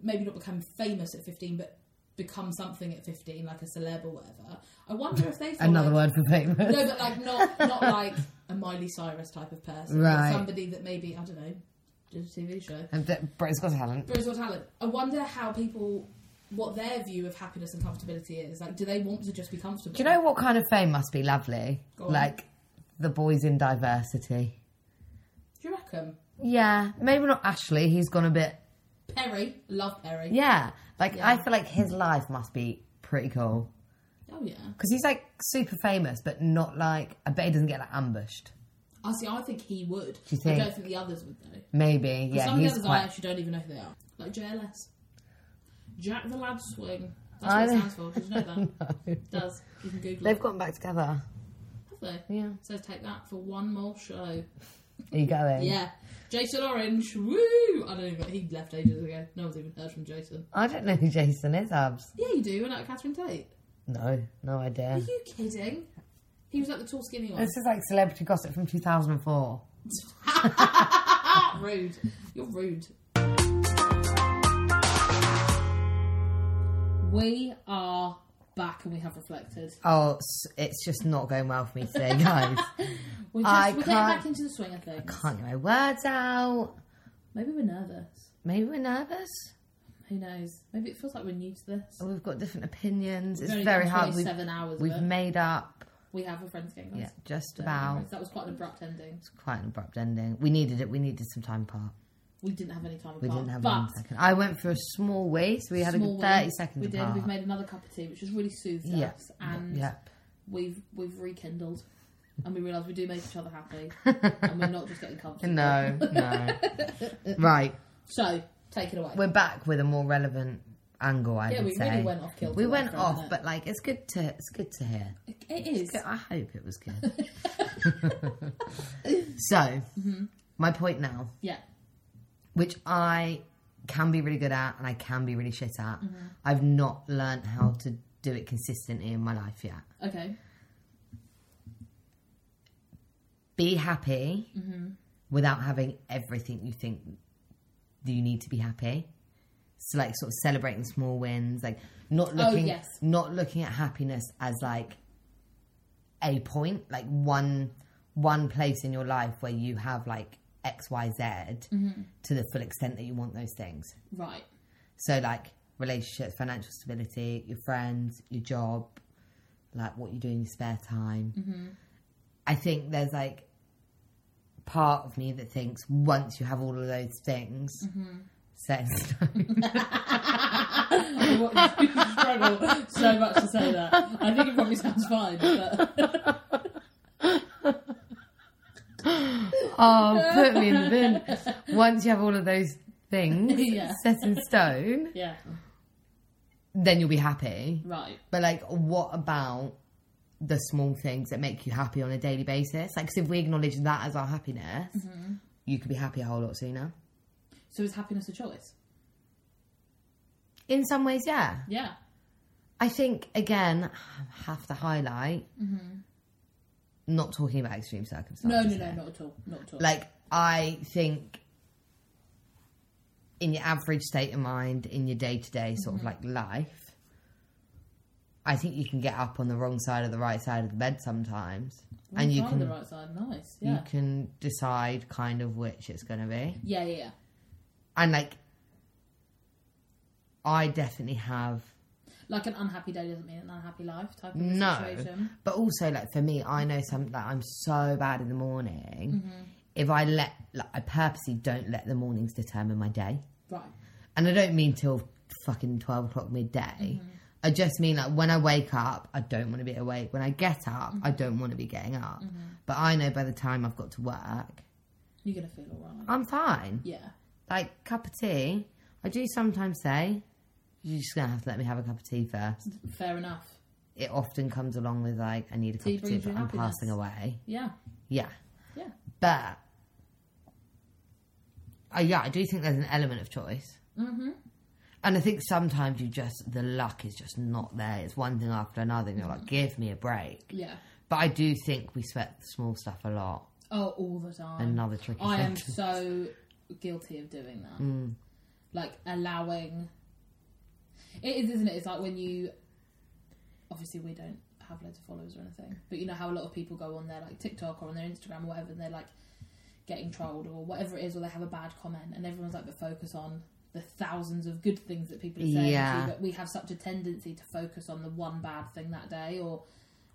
[SPEAKER 1] maybe not become famous at 15, but become something at 15, like a celeb or whatever, I wonder if they feel
[SPEAKER 2] Another
[SPEAKER 1] like,
[SPEAKER 2] word for famous.
[SPEAKER 1] [laughs] No, but like, not, not like a Miley Cyrus type of person,
[SPEAKER 2] Right.
[SPEAKER 1] but somebody that maybe, I don't know, did a TV show.
[SPEAKER 2] [laughs] And that- Britain's Got Talent.
[SPEAKER 1] Britain's Got Talent. I wonder how people, what their view of happiness and comfortability is. Like, do they want to just be comfortable?
[SPEAKER 2] Do you know what kind of fame must be lovely?
[SPEAKER 1] Go on.
[SPEAKER 2] Like the boys in diversity.
[SPEAKER 1] Do you reckon?
[SPEAKER 2] Yeah, maybe not Ashley. He's gone a bit.
[SPEAKER 1] Perry, love Perry.
[SPEAKER 2] Yeah, like
[SPEAKER 1] Yeah.
[SPEAKER 2] I feel like his life must be pretty cool
[SPEAKER 1] Oh yeah.
[SPEAKER 2] because he's like super famous, but not like I bet he doesn't get like ambushed.
[SPEAKER 1] I see. I think he would.
[SPEAKER 2] you think?
[SPEAKER 1] I don't think the others would though.
[SPEAKER 2] Maybe yeah,
[SPEAKER 1] Some of the
[SPEAKER 2] he's
[SPEAKER 1] others I
[SPEAKER 2] quite.
[SPEAKER 1] actually don't even know who they are. Like JLS, Jack the Lad Swing. That's what it
[SPEAKER 2] I don't-
[SPEAKER 1] stands for. Did you know
[SPEAKER 2] [laughs]
[SPEAKER 1] that? It does. You can Google
[SPEAKER 2] They've
[SPEAKER 1] it.
[SPEAKER 2] gotten back together.
[SPEAKER 1] Have they?
[SPEAKER 2] Yeah.
[SPEAKER 1] Says take that for one more show.
[SPEAKER 2] Are you going?
[SPEAKER 1] Yeah. Jason Orange. Woo! I don't even. He left ages ago. No one's even heard from Jason.
[SPEAKER 2] I don't know who Jason is, Abs.
[SPEAKER 1] Yeah, you do. And like Catherine Tate.
[SPEAKER 2] No, no
[SPEAKER 1] Are
[SPEAKER 2] idea.
[SPEAKER 1] you kidding? He was like the tall, skinny one.
[SPEAKER 2] This is like celebrity gossip from 2004. [laughs]
[SPEAKER 1] rude. You're rude. We are back and we have reflected.
[SPEAKER 2] Oh, s- it's just not going well for me [laughs] today, guys.
[SPEAKER 1] We're, just,
[SPEAKER 2] I
[SPEAKER 1] we're getting
[SPEAKER 2] can't-
[SPEAKER 1] back into the swing of things.
[SPEAKER 2] Can't get my words out.
[SPEAKER 1] Maybe we're nervous.
[SPEAKER 2] Maybe we're nervous.
[SPEAKER 1] Who knows? Maybe it feels like we're new to this.
[SPEAKER 2] Oh, We've got different opinions. It's
[SPEAKER 1] We've only
[SPEAKER 2] very
[SPEAKER 1] done
[SPEAKER 2] hard. We've,
[SPEAKER 1] 27 hours
[SPEAKER 2] we've
[SPEAKER 1] of it.
[SPEAKER 2] made up.
[SPEAKER 1] We have a friends game.
[SPEAKER 2] Yeah,
[SPEAKER 1] guys.
[SPEAKER 2] just
[SPEAKER 1] Don't
[SPEAKER 2] about.
[SPEAKER 1] worry. That was quite an abrupt ending.
[SPEAKER 2] It's quite an abrupt ending. We needed it. We needed some time apart.
[SPEAKER 1] We didn't have any time apart.
[SPEAKER 2] We didn't have
[SPEAKER 1] but
[SPEAKER 2] one second. I went for a small wee, so we had a
[SPEAKER 1] small
[SPEAKER 2] good 30
[SPEAKER 1] win.
[SPEAKER 2] seconds
[SPEAKER 1] We did.
[SPEAKER 2] apart.
[SPEAKER 1] We've made another cup of tea, which has really soothed
[SPEAKER 2] yeah.
[SPEAKER 1] us. And
[SPEAKER 2] yeah.
[SPEAKER 1] [laughs] we've we've rekindled and we realise we do make each other
[SPEAKER 2] [laughs]
[SPEAKER 1] happy and we're not just getting comfortable.
[SPEAKER 2] No, no.
[SPEAKER 1] [laughs]
[SPEAKER 2] right.
[SPEAKER 1] So take it away.
[SPEAKER 2] We're back with a more relevant angle, I
[SPEAKER 1] yeah,
[SPEAKER 2] would
[SPEAKER 1] we
[SPEAKER 2] say.
[SPEAKER 1] really went off kilter.
[SPEAKER 2] We
[SPEAKER 1] there
[SPEAKER 2] went
[SPEAKER 1] for a
[SPEAKER 2] off,
[SPEAKER 1] minute.
[SPEAKER 2] but like it's good to it's good to hear.
[SPEAKER 1] it is.
[SPEAKER 2] I hope it was good.
[SPEAKER 1] [laughs]
[SPEAKER 2] [laughs] so,
[SPEAKER 1] Mm-hmm.
[SPEAKER 2] my point now,
[SPEAKER 1] Yeah.
[SPEAKER 2] which I can be really good at and I can be really shit at,
[SPEAKER 1] Mm-hmm.
[SPEAKER 2] I've not learnt how to do it consistently in my life yet.
[SPEAKER 1] Okay.
[SPEAKER 2] Be happy without having everything you think that you need to be happy. So, like, sort of celebrating small wins, like not looking,
[SPEAKER 1] yes.
[SPEAKER 2] not looking at happiness as like a point, like one one place in your life where you have like X, Y, Z to the full extent that you want those things.
[SPEAKER 1] Right. [laughs]
[SPEAKER 2] So like relationships, financial stability, your friends, your job, like what you do in your spare time. I think there's like part of me that thinks once you have all of those things, set in stone.
[SPEAKER 1] I want you [laughs] to struggle so much to say that. I think it probably sounds fine, but
[SPEAKER 2] [laughs]
[SPEAKER 1] [laughs]
[SPEAKER 2] oh, put me in the bin. Once you have all of those things
[SPEAKER 1] Yeah.
[SPEAKER 2] set in stone,
[SPEAKER 1] yeah.
[SPEAKER 2] then you'll be happy.
[SPEAKER 1] Right.
[SPEAKER 2] But like, what about the small things that make you happy on a daily basis? Like, 'cause if we acknowledge that as our happiness, you could be happy a whole lot sooner.
[SPEAKER 1] So is happiness a choice?
[SPEAKER 2] In some ways, yeah.
[SPEAKER 1] Yeah.
[SPEAKER 2] I think again, I have to highlight. Not talking about extreme
[SPEAKER 1] No,
[SPEAKER 2] circumstances.
[SPEAKER 1] Mm-hmm. no, no,
[SPEAKER 2] here.
[SPEAKER 1] not at all. Not at all.
[SPEAKER 2] Like, I think in your average state of mind, in your day to day sort of like
[SPEAKER 1] Mm-hmm.
[SPEAKER 2] life, I think you can get up on the wrong side or the right side of the bed sometimes. and you
[SPEAKER 1] Right
[SPEAKER 2] can
[SPEAKER 1] the right side, nice. Yeah.
[SPEAKER 2] you can decide kind of which it's going to be.
[SPEAKER 1] yeah, yeah, yeah.
[SPEAKER 2] And like, I definitely have
[SPEAKER 1] Like an unhappy day doesn't mean an unhappy life type of
[SPEAKER 2] no,
[SPEAKER 1] situation.
[SPEAKER 2] but also like for me, I know some like I'm so bad in the morning.
[SPEAKER 1] Mm-hmm.
[SPEAKER 2] If I let, like, I purposely don't let the mornings determine my day,
[SPEAKER 1] Right.
[SPEAKER 2] and I don't mean till fucking twelve o'clock midday.
[SPEAKER 1] Mm-hmm.
[SPEAKER 2] I just mean like when I wake up, I don't want to be awake. When I get up,
[SPEAKER 1] Mm-hmm.
[SPEAKER 2] I don't want to be getting up. But I know by the time I've got to work,
[SPEAKER 1] You're gonna feel alright.
[SPEAKER 2] I'm fine.
[SPEAKER 1] Yeah.
[SPEAKER 2] like cup of tea. I do sometimes say, you're just going to have to let me have a cup of tea first.
[SPEAKER 1] Fair enough.
[SPEAKER 2] It often comes along with, like, I need a cup
[SPEAKER 1] Tea
[SPEAKER 2] of tea,
[SPEAKER 1] brings
[SPEAKER 2] but
[SPEAKER 1] you
[SPEAKER 2] I'm
[SPEAKER 1] happiness.
[SPEAKER 2] passing away.
[SPEAKER 1] Yeah.
[SPEAKER 2] Yeah.
[SPEAKER 1] Yeah.
[SPEAKER 2] But, uh, yeah, I do think there's an element of choice.
[SPEAKER 1] Mm-hmm.
[SPEAKER 2] And I think sometimes you just, the luck is just not there. It's one thing after another, and you're
[SPEAKER 1] Mm-hmm.
[SPEAKER 2] like, give me a break.
[SPEAKER 1] Yeah.
[SPEAKER 2] But I do think we sweat the small stuff a lot.
[SPEAKER 1] Oh, all the time.
[SPEAKER 2] Another tricky
[SPEAKER 1] I am
[SPEAKER 2] sentence.
[SPEAKER 1] so guilty of doing that. Like allowing. It is, isn't it? It's like when you. Obviously, we don't have loads of followers or anything, but you know how a lot of people go on their like TikTok or on their Instagram or whatever, and they're like getting trolled or whatever it is, or they have a bad comment, and everyone's like, but focus on the thousands of good things that people are saying. to you,
[SPEAKER 2] Yeah.
[SPEAKER 1] But we have such a tendency to focus on the one bad thing that day, or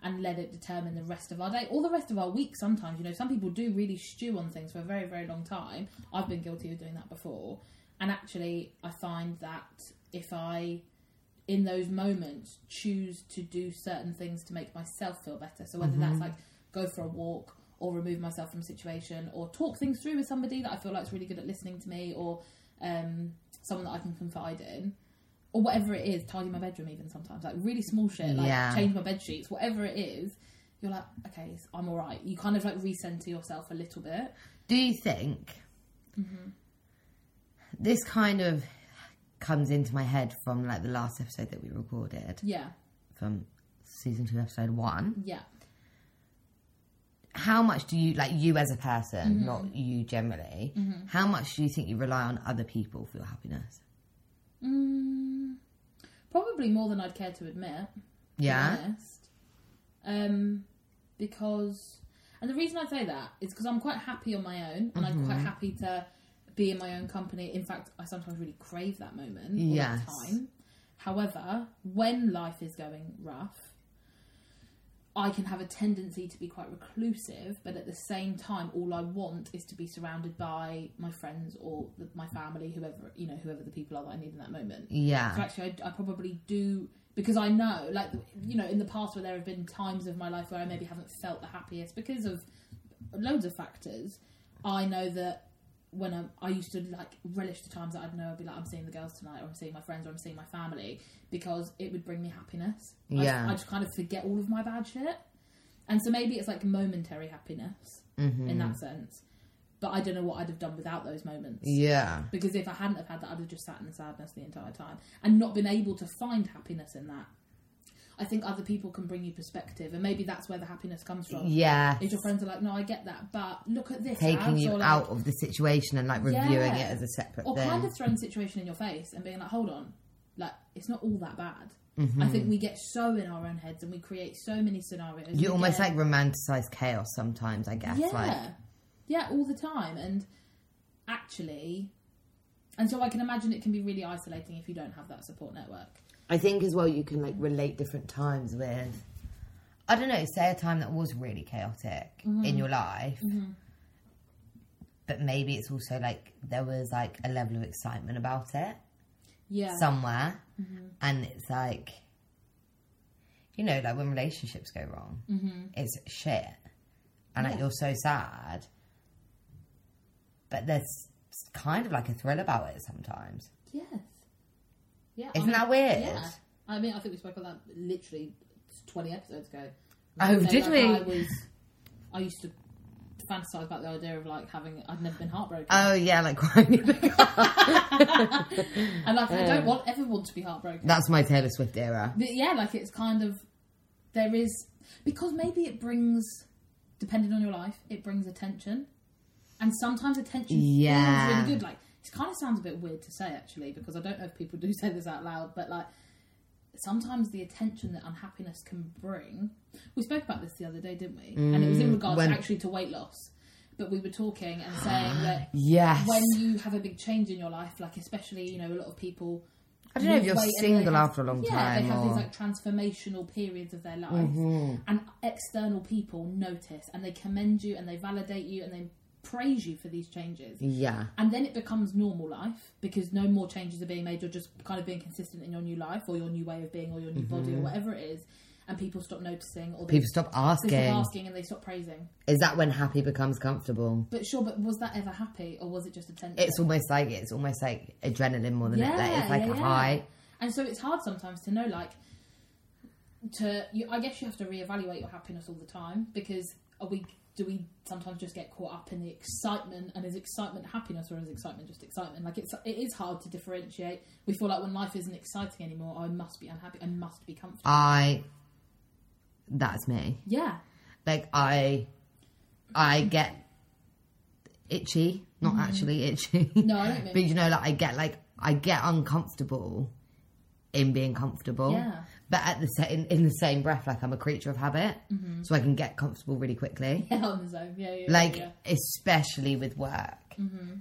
[SPEAKER 1] and let it determine the rest of our day or the rest of our week sometimes you know some people do really stew on things for a very very long time i've been guilty of doing that before and actually i find that if i in those moments choose to do certain things to make myself feel better so whether that's like go for a walk or remove myself from a situation or talk things through with somebody that i feel like is really good at listening to me or um, someone that i can confide in or whatever it is, tidy my bedroom even sometimes, like really small shit, like
[SPEAKER 2] Yeah.
[SPEAKER 1] change my bed sheets, whatever it is, you're like, okay, it's- I'm all right. You kind of like recenter yourself a little bit.
[SPEAKER 2] Do you think
[SPEAKER 1] Mm-hmm.
[SPEAKER 2] this kind of comes into my head from like the last episode that we recorded
[SPEAKER 1] Yeah,
[SPEAKER 2] from season two, episode one?
[SPEAKER 1] yeah.
[SPEAKER 2] How much do you like you as a person,
[SPEAKER 1] Mm-hmm.
[SPEAKER 2] not you generally? How much do you think you rely on other people for your happiness?
[SPEAKER 1] Mm, probably more than I'd care to admit. to be
[SPEAKER 2] Yeah,
[SPEAKER 1] honest. Um, because, and the reason I say that is because I'm quite happy on my own, and I'm
[SPEAKER 2] Mm-hmm.
[SPEAKER 1] quite happy to be in my own company. In fact, I sometimes really crave that moment. All
[SPEAKER 2] Yes.
[SPEAKER 1] The time. However, when life is going rough, I can have a tendency to be quite reclusive, but at the same time, all I want is to be surrounded by my friends or the, my family, whoever you know, whoever the people are that I need in that moment. So
[SPEAKER 2] yeah,
[SPEAKER 1] actually, I, I probably do because I know, like you know, in the past where there have been times of my life where I maybe haven't felt the happiest because of loads of factors. I know that when I, I used to like relish the times that I'd know I'd be like, I'm seeing the girls tonight, or I'm seeing my friends, or I'm seeing my family, because it would bring me happiness. I-
[SPEAKER 2] Yeah.
[SPEAKER 1] I, just kind of forget all of my bad shit, and so maybe it's like momentary happiness
[SPEAKER 2] Mm-hmm.
[SPEAKER 1] in that sense. But I don't know what I'd have done without those moments.
[SPEAKER 2] yeah,
[SPEAKER 1] Because if I hadn't have had that, I'd have just sat in the sadness the entire time and not been able to find happiness in that. I think other people can bring you perspective, and maybe that's where the happiness comes from.
[SPEAKER 2] yeah.
[SPEAKER 1] If your friends are like, "No, I get that, but look at this,"
[SPEAKER 2] Taking
[SPEAKER 1] abs,"
[SPEAKER 2] you
[SPEAKER 1] or like-
[SPEAKER 2] out of the situation and like reviewing
[SPEAKER 1] Yeah.
[SPEAKER 2] it as a separate
[SPEAKER 1] or
[SPEAKER 2] thing.
[SPEAKER 1] kind of throwing the situation in your face and being like, "Hold on, like it's not all that bad." I think we get so in our own heads and we create so many scenarios.
[SPEAKER 2] Mm-hmm.
[SPEAKER 1] We
[SPEAKER 2] you almost
[SPEAKER 1] get-
[SPEAKER 2] like romanticize chaos sometimes, I guess.
[SPEAKER 1] yeah,
[SPEAKER 2] Like,
[SPEAKER 1] yeah, all the time, and actually, and so I can imagine it can be really isolating if you don't have that support network.
[SPEAKER 2] I think as well you can like relate different times with I don't know, say a time that was really chaotic
[SPEAKER 1] Mm-hmm.
[SPEAKER 2] in your life. But maybe it's also like there was like a level of excitement about it
[SPEAKER 1] Yeah. Mm-hmm.
[SPEAKER 2] somewhere and it's like you know, like when relationships go wrong, it's shit. And
[SPEAKER 1] Mm-hmm.
[SPEAKER 2] like
[SPEAKER 1] Yeah.
[SPEAKER 2] you're so sad. But there's kind of like a thrill about it sometimes.
[SPEAKER 1] yes. Yeah.
[SPEAKER 2] Isn't
[SPEAKER 1] I-
[SPEAKER 2] that weird?
[SPEAKER 1] Um, Yeah. I mean, I think we spoke about that literally 20 episodes ago.
[SPEAKER 2] Oh,
[SPEAKER 1] So,
[SPEAKER 2] did
[SPEAKER 1] like,
[SPEAKER 2] we?
[SPEAKER 1] I was. I used to fantasize about the idea of like having. I'd never been heartbroken.
[SPEAKER 2] Oh yeah, like [laughs] crying in the car.
[SPEAKER 1] and like, I
[SPEAKER 2] oh.
[SPEAKER 1] don't want everyone to be heartbroken.
[SPEAKER 2] That's my Taylor Swift era.
[SPEAKER 1] But yeah, like it's kind of. There is. Because maybe it brings. Depending on your life, it brings attention. And sometimes attention feels
[SPEAKER 2] Yeah.
[SPEAKER 1] really good. Like, it kind of sounds a bit weird to say actually, because I don't know if people [laughs] do say this out loud, but like. sometimes the attention that unhappiness can bring. We spoke about this the other day, didn't we? and it was in regards
[SPEAKER 2] Mm, when-
[SPEAKER 1] actually to weight loss. But we were talking and saying that
[SPEAKER 2] [gasps] Yes.
[SPEAKER 1] when you have a big change in your life, like especially, you know, a lot of people.
[SPEAKER 2] I don't know if
[SPEAKER 1] lose
[SPEAKER 2] you're
[SPEAKER 1] weight and they
[SPEAKER 2] single
[SPEAKER 1] have-
[SPEAKER 2] after a long
[SPEAKER 1] yeah,
[SPEAKER 2] time
[SPEAKER 1] they have
[SPEAKER 2] or- Mm-hmm.
[SPEAKER 1] these like transformational periods of their life, and external people notice and they commend you and they validate you and they praise you for these changes.
[SPEAKER 2] yeah.
[SPEAKER 1] And then it becomes normal life because no more changes are being made. You're just kind of being consistent in your new life or your new way of being or your new body or whatever it is. and people stop noticing or they,
[SPEAKER 2] Mm-hmm. People stop
[SPEAKER 1] they stop
[SPEAKER 2] asking.
[SPEAKER 1] asking and they stop praising.
[SPEAKER 2] Is that when happy becomes comfortable?
[SPEAKER 1] But sure, but was that ever happy or was it just attention?
[SPEAKER 2] It's almost like it's almost like adrenaline more than it. Like, it's like a high.
[SPEAKER 1] And so it's hard sometimes to know, like, to you, I guess you have to reevaluate your happiness all the time because are we do we sometimes just get caught up in the excitement and is excitement happiness or is excitement just excitement? Like it's it is hard to differentiate. We feel like when life isn't exciting anymore, I must be unhappy. I must be comfortable.
[SPEAKER 2] I. That's me.
[SPEAKER 1] yeah, [laughs]
[SPEAKER 2] Like I, I get itchy. Not actually itchy.
[SPEAKER 1] Mm-hmm. No, I don't
[SPEAKER 2] [laughs]
[SPEAKER 1] mean-
[SPEAKER 2] But you know, like I get like I get uncomfortable in being comfortable.
[SPEAKER 1] Yeah.
[SPEAKER 2] But at the sa- in, in the same breath, like I'm a creature of habit,
[SPEAKER 1] Mm-hmm.
[SPEAKER 2] so I can get comfortable really quickly.
[SPEAKER 1] yeah, on the zone. Yeah, yeah.
[SPEAKER 2] like
[SPEAKER 1] yeah. Mm-hmm.
[SPEAKER 2] especially with work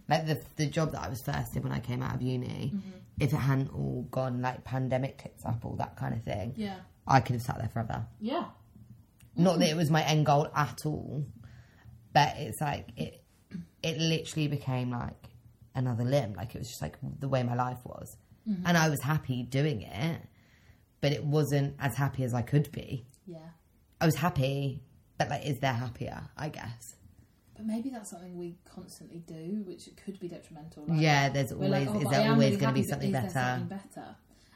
[SPEAKER 2] like the, the job that i was first in when i came out of uni if it hadn't all gone like pandemic tits up all that kind of thing
[SPEAKER 1] yeah,
[SPEAKER 2] i could have sat there forever
[SPEAKER 1] yeah,
[SPEAKER 2] not that it was my end goal at all but it's like it it literally became like another limb like it was just like the way my life was
[SPEAKER 1] Mm-hmm.
[SPEAKER 2] and i was happy doing it but it wasn't as happy as i could be
[SPEAKER 1] yeah.
[SPEAKER 2] i was happy but like is there happier i guess
[SPEAKER 1] But maybe that's something we constantly do, which could be detrimental. Like,
[SPEAKER 2] Yeah, there's
[SPEAKER 1] We're like,
[SPEAKER 2] always
[SPEAKER 1] oh, but I
[SPEAKER 2] is there
[SPEAKER 1] am
[SPEAKER 2] always
[SPEAKER 1] really
[SPEAKER 2] going to be
[SPEAKER 1] happy, but
[SPEAKER 2] something
[SPEAKER 1] is there
[SPEAKER 2] better?
[SPEAKER 1] something better?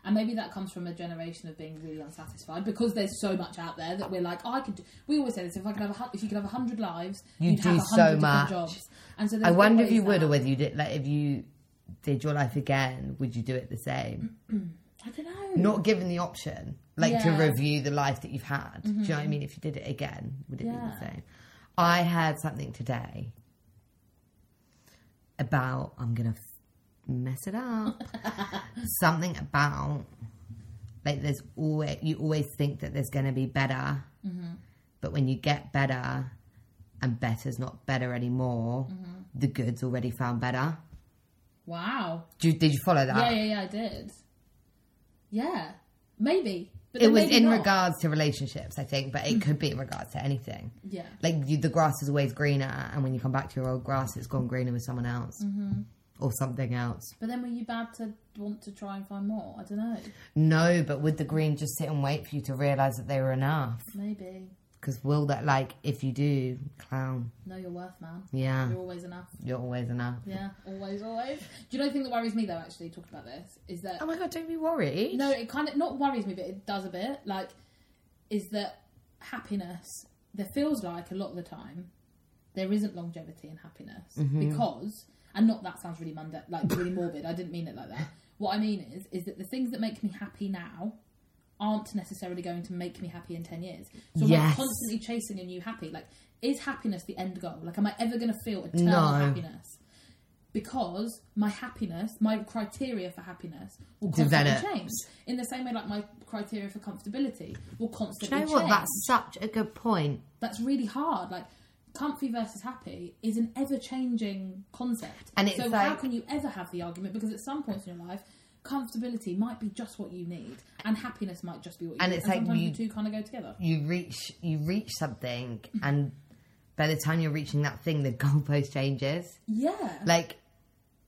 [SPEAKER 1] And maybe that comes from a generation of being really unsatisfied because there's so much out there that we're like, oh, I could. Do, we always say this: if I could have, a, hun- if you could have hundred lives,
[SPEAKER 2] You
[SPEAKER 1] would
[SPEAKER 2] do
[SPEAKER 1] have a
[SPEAKER 2] so
[SPEAKER 1] hundred different
[SPEAKER 2] much.
[SPEAKER 1] Jobs. And so
[SPEAKER 2] I
[SPEAKER 1] there's
[SPEAKER 2] wonder if
[SPEAKER 1] always
[SPEAKER 2] you would,
[SPEAKER 1] that.
[SPEAKER 2] or whether you did. Like, if you did your life again, would you do it the same?
[SPEAKER 1] I don't know.
[SPEAKER 2] Not given the option, like to
[SPEAKER 1] Yeah. Mm-hmm.
[SPEAKER 2] review the life that you've had. Do you know what I mean? If you did it again, would it
[SPEAKER 1] Yeah.
[SPEAKER 2] be the same? I heard something today about. I'm gonna f- mess
[SPEAKER 1] [laughs]
[SPEAKER 2] it up. something about like there's always you always think that there's gonna be better,
[SPEAKER 1] Mm-hmm.
[SPEAKER 2] but when you get better, and better's not better anymore,
[SPEAKER 1] Mm-hmm.
[SPEAKER 2] the good's already found better.
[SPEAKER 1] Wow.
[SPEAKER 2] Did you, did you follow that?
[SPEAKER 1] Yeah, yeah, yeah. I did. Yeah, maybe. But
[SPEAKER 2] It
[SPEAKER 1] then
[SPEAKER 2] was
[SPEAKER 1] maybe
[SPEAKER 2] in
[SPEAKER 1] not.
[SPEAKER 2] regards to relationships, I think, but it could be in regards to anything.
[SPEAKER 1] Yeah.
[SPEAKER 2] Like you, the grass is always greener, and when you come back to your old grass, it's gone greener with someone else
[SPEAKER 1] Mm-hmm.
[SPEAKER 2] or something else.
[SPEAKER 1] But then were you bad to want to try and find more? I don't know.
[SPEAKER 2] No, but would the green just sit and wait for you to realize that they were enough?
[SPEAKER 1] Maybe.
[SPEAKER 2] Because will that, like, if you do, clown,
[SPEAKER 1] Know your worth, man.
[SPEAKER 2] yeah,
[SPEAKER 1] You're always enough.
[SPEAKER 2] you're always enough.
[SPEAKER 1] Yeah, always, always. Do you know the thing that worries me though? Actually, talking about this is that
[SPEAKER 2] Oh my god, don't be worried.
[SPEAKER 1] no, it kind of not worries me, but it does a bit. Like, is that happiness? There feels like a lot of the time there isn't longevity in happiness
[SPEAKER 2] Mm-hmm.
[SPEAKER 1] because, and not that sounds really munda like really morbid. I didn't mean it like that. What I mean is, is that the things that make me happy now aren't necessarily going to make me happy in 10 years. So I'm
[SPEAKER 2] Yes.
[SPEAKER 1] constantly chasing a new happy. Like, is happiness the end goal? Like, am I ever going to feel eternal
[SPEAKER 2] No.
[SPEAKER 1] happiness? Because my happiness, my criteria for happiness will constantly
[SPEAKER 2] Develops.
[SPEAKER 1] change. In the same way, like my criteria for comfortability will
[SPEAKER 2] Do
[SPEAKER 1] constantly
[SPEAKER 2] you know what?
[SPEAKER 1] change.
[SPEAKER 2] That's such a good point.
[SPEAKER 1] That's really hard. Like, comfy versus happy is an ever changing concept.
[SPEAKER 2] And it's
[SPEAKER 1] so, how
[SPEAKER 2] like-
[SPEAKER 1] can you ever have the argument? Because at some points in your life, comfortability might be just what you need, and happiness might just be what you
[SPEAKER 2] And
[SPEAKER 1] need.
[SPEAKER 2] it's
[SPEAKER 1] and
[SPEAKER 2] like
[SPEAKER 1] sometimes
[SPEAKER 2] you-
[SPEAKER 1] the two kind of go together.
[SPEAKER 2] You reach, you reach something, and by the time you're reaching that thing, the [laughs] goalpost changes.
[SPEAKER 1] Yeah.
[SPEAKER 2] like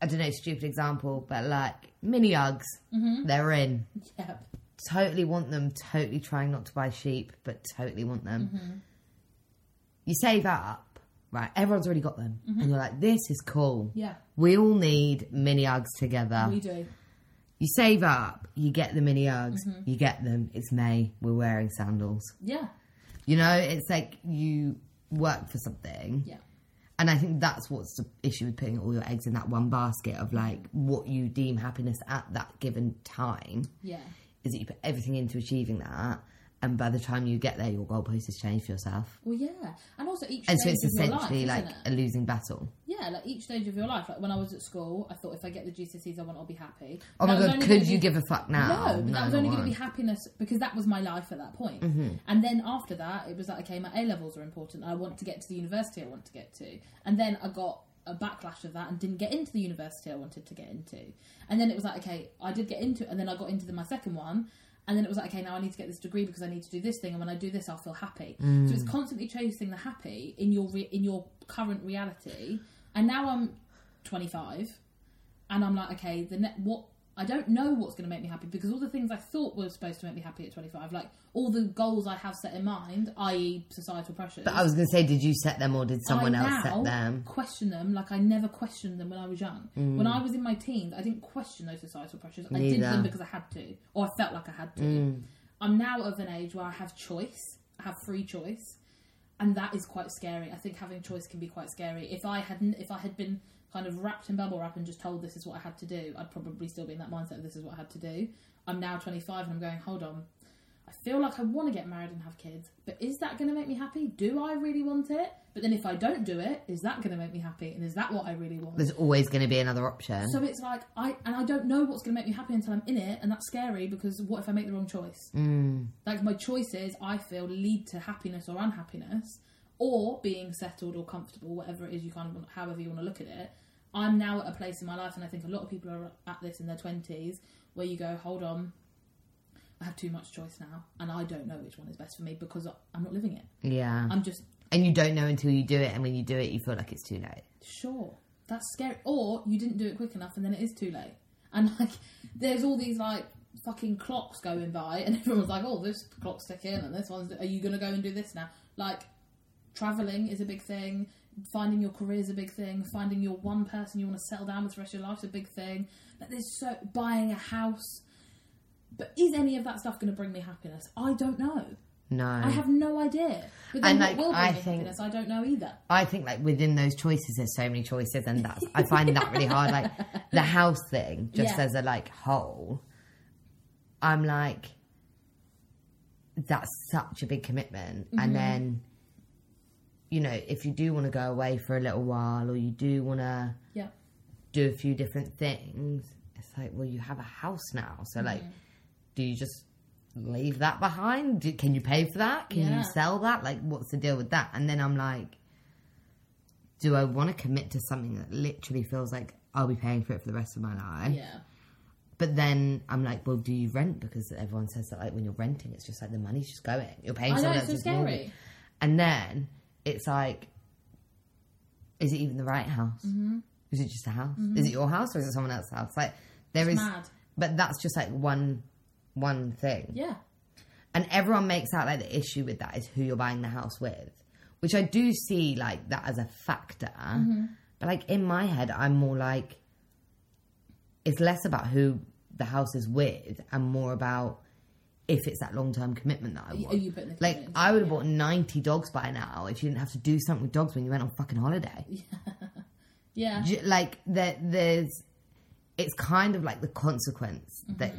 [SPEAKER 2] I don't know, stupid example, but like mini ugs,
[SPEAKER 1] Mm-hmm.
[SPEAKER 2] they're in.
[SPEAKER 1] Yep.
[SPEAKER 2] Totally want them. Totally trying not to buy sheep, but totally want them.
[SPEAKER 1] Mm-hmm.
[SPEAKER 2] You save up, right? Everyone's already got them, and you're like, this is cool.
[SPEAKER 1] Mm-hmm. Yeah.
[SPEAKER 2] We all need mini ugs together.
[SPEAKER 1] We do.
[SPEAKER 2] You save up, you get the mini ugs,
[SPEAKER 1] Mm-hmm.
[SPEAKER 2] you get them. It's May. We're wearing sandals.
[SPEAKER 1] Yeah.
[SPEAKER 2] You know, it's like you work for something.
[SPEAKER 1] Yeah.
[SPEAKER 2] And I think that's what's the issue with putting all your eggs in that one basket of like what you deem happiness at that given time
[SPEAKER 1] Yeah.
[SPEAKER 2] is that you put everything into achieving that. And by the time you get there, your goalpost has changed for yourself.
[SPEAKER 1] Well, yeah. And also each
[SPEAKER 2] And so
[SPEAKER 1] stage
[SPEAKER 2] it's
[SPEAKER 1] of your life,
[SPEAKER 2] essentially
[SPEAKER 1] isn't
[SPEAKER 2] like
[SPEAKER 1] it?
[SPEAKER 2] a losing battle.
[SPEAKER 1] Yeah, like each stage of your life. Like when I was at school, I thought if I get the GCSEs, I want, I'll be happy.
[SPEAKER 2] Oh
[SPEAKER 1] That
[SPEAKER 2] my
[SPEAKER 1] was
[SPEAKER 2] God,
[SPEAKER 1] only
[SPEAKER 2] could
[SPEAKER 1] gonna
[SPEAKER 2] you
[SPEAKER 1] be-
[SPEAKER 2] give a fuck now?
[SPEAKER 1] No, Mm-hmm. but that was only
[SPEAKER 2] I
[SPEAKER 1] going to be
[SPEAKER 2] won't.
[SPEAKER 1] happiness because that was my life at that point. And then after that, it was like, okay, my A levels are important. I want to get to the university I want to get to. And then I got a backlash of that and didn't get into the university I wanted to get into. And then it was like, okay, I did get into it. And then I got into the, my second one. And then it was like, okay, now I need to get this degree because I need to do this thing. And when I do this, I'll feel happy. So it's constantly chasing the happy in your re- in your current reality. And now I'm 25 and I'm like, okay, the ne- what I don't know what's going to make me happy because all the things I thought were supposed to make me happy at 25, like all the goals I have set in mind, i.e., societal pressures.
[SPEAKER 2] But I was going to say, did you set them or did someone
[SPEAKER 1] I
[SPEAKER 2] else
[SPEAKER 1] now
[SPEAKER 2] set them? Mm.
[SPEAKER 1] Question them like I never questioned them when I was young. When I was in my teens, I didn't question those societal pressures. I did
[SPEAKER 2] Neither. Mm.
[SPEAKER 1] them because I had to, or I felt like I had to. I'm now of an age where I have choice. I have free choice, and that is quite scary. I think having choice can be quite scary. If I hadn't, if I had been kind of wrapped in bubble wrap and just told this is what I had to do, I'd probably still be in that mindset of this is what I had to do. I'm now 25 and I'm going, hold on. I feel like I want to get married and have kids, but is that going to make me happy? Do I really want it? But then if I don't do it, is that going to make me happy? And is that what I really want?
[SPEAKER 2] There's always going to be another option.
[SPEAKER 1] So it's like I and I don't know what's going to make me happy until I'm in it, and that's scary because what if I make the wrong choice? Like my choices, I feel lead to happiness or unhappiness, or being settled or comfortable, whatever it is you kind of want, however you want to look at it. I'm now at a place in my life, and I think a lot of people are at this in their twenties, where you go, hold on, I have too much choice now, and I don't know which one is best for me because I'm not living it.
[SPEAKER 2] yeah.
[SPEAKER 1] I'm just
[SPEAKER 2] and you don't know until you do it, and when you do it, you feel like it's too late.
[SPEAKER 1] sure that's scary or you didn't do it quick enough and then it is too late and like there's all these like fucking clocks going by and [laughs] everyone's like oh this clock's ticking and this one's are you gonna go and do this now like traveling is a big thing finding your career is a big thing finding your one person you want to settle down with the rest of your life is a big thing like there's so buying a house but is any of that stuff going to bring me happiness i don't know
[SPEAKER 2] No.
[SPEAKER 1] i have no idea but then
[SPEAKER 2] And,
[SPEAKER 1] what
[SPEAKER 2] like,
[SPEAKER 1] will bring
[SPEAKER 2] Mm. I
[SPEAKER 1] me
[SPEAKER 2] think-
[SPEAKER 1] happiness i don't know either
[SPEAKER 2] I think like within those choices, there's so many choices, and that's I find that really hard. Like the house thing, just
[SPEAKER 1] Yeah.
[SPEAKER 2] as a like whole, I'm like, that's such a big commitment. And then, you know, if you do want to go away for a little while, or you do want to
[SPEAKER 1] yeah
[SPEAKER 2] do a few different things, it's like, well, you have a house now,
[SPEAKER 1] Mm-hmm.
[SPEAKER 2] so like, do you just leave that behind? Do, can you pay for that? Can
[SPEAKER 1] Yeah.
[SPEAKER 2] you sell that? Like, what's the deal with that? And then I'm like, do I want to commit to something that literally feels like I'll be paying for it for the rest of my life?
[SPEAKER 1] yeah
[SPEAKER 2] But then I'm like, well, do you rent? Because everyone says that like when you're renting, it's just like the money's just going. You're paying
[SPEAKER 1] I know,
[SPEAKER 2] someone
[SPEAKER 1] it's so
[SPEAKER 2] else's
[SPEAKER 1] scary.
[SPEAKER 2] mortgage. And then it's like, is it even the right house? Mm-hmm. Is it just a house? Is it your house or is it someone else's house? Like there is,
[SPEAKER 1] mad.
[SPEAKER 2] but that's just like one one thing.
[SPEAKER 1] yeah
[SPEAKER 2] And everyone makes out like the issue with that is who you're buying the house with, which I do see like that as a factor.
[SPEAKER 1] Mm-hmm.
[SPEAKER 2] But like in my head, I'm more like it's less about who the house is with and more about if it's that long term commitment that I
[SPEAKER 1] Y-
[SPEAKER 2] want.
[SPEAKER 1] Are you putting the
[SPEAKER 2] like
[SPEAKER 1] commitment
[SPEAKER 2] I would have bought ninety dogs by now if you didn't have to do something with dogs when you went on fucking holiday.
[SPEAKER 1] Yeah,
[SPEAKER 2] J- like there, there's it's kind of like the consequence
[SPEAKER 1] Mm-hmm.
[SPEAKER 2] that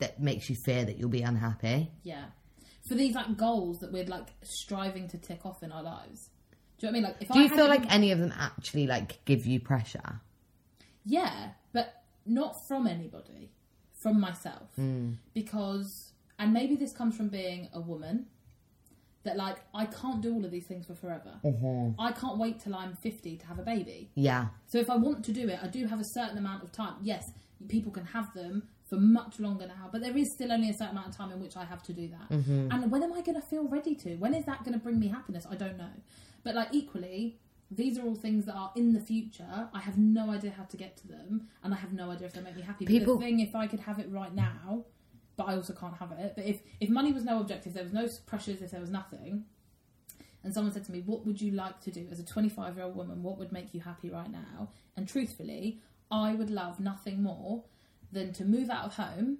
[SPEAKER 2] that makes you fear that you'll be unhappy.
[SPEAKER 1] yeah. For these like goals that we're like striving to tick off in our lives. Do you know what I mean? Like, if
[SPEAKER 2] Do
[SPEAKER 1] I
[SPEAKER 2] you feel
[SPEAKER 1] hadn't-
[SPEAKER 2] like any of them actually like give you pressure?
[SPEAKER 1] yeah, but not from anybody, from myself,
[SPEAKER 2] Hmm.
[SPEAKER 1] because and maybe this comes from being a woman that like I can't do all of these things for forever.
[SPEAKER 2] Uh-huh.
[SPEAKER 1] I can't wait till I'm fifty to have a baby.
[SPEAKER 2] Yeah,
[SPEAKER 1] So if I want to do it, I do have a certain amount of time. Yes, people can have them for much longer now, but there is still only a certain amount of time in which I have to do that. And when am I going to feel ready to? When is that going to bring me happiness? I don't know. But like equally, these are all things that are in the future. I have no idea how to get to them, and I have no idea if they make me happy.
[SPEAKER 2] People-
[SPEAKER 1] But the thing, if I could have it right now, but I also can't have it. But if if money was no objective, there was no s- pressures, if there was nothing, and someone said to me, What would you like to do as a 25 year old woman? What would make you happy right now? And truthfully, I would love nothing more than to move out of home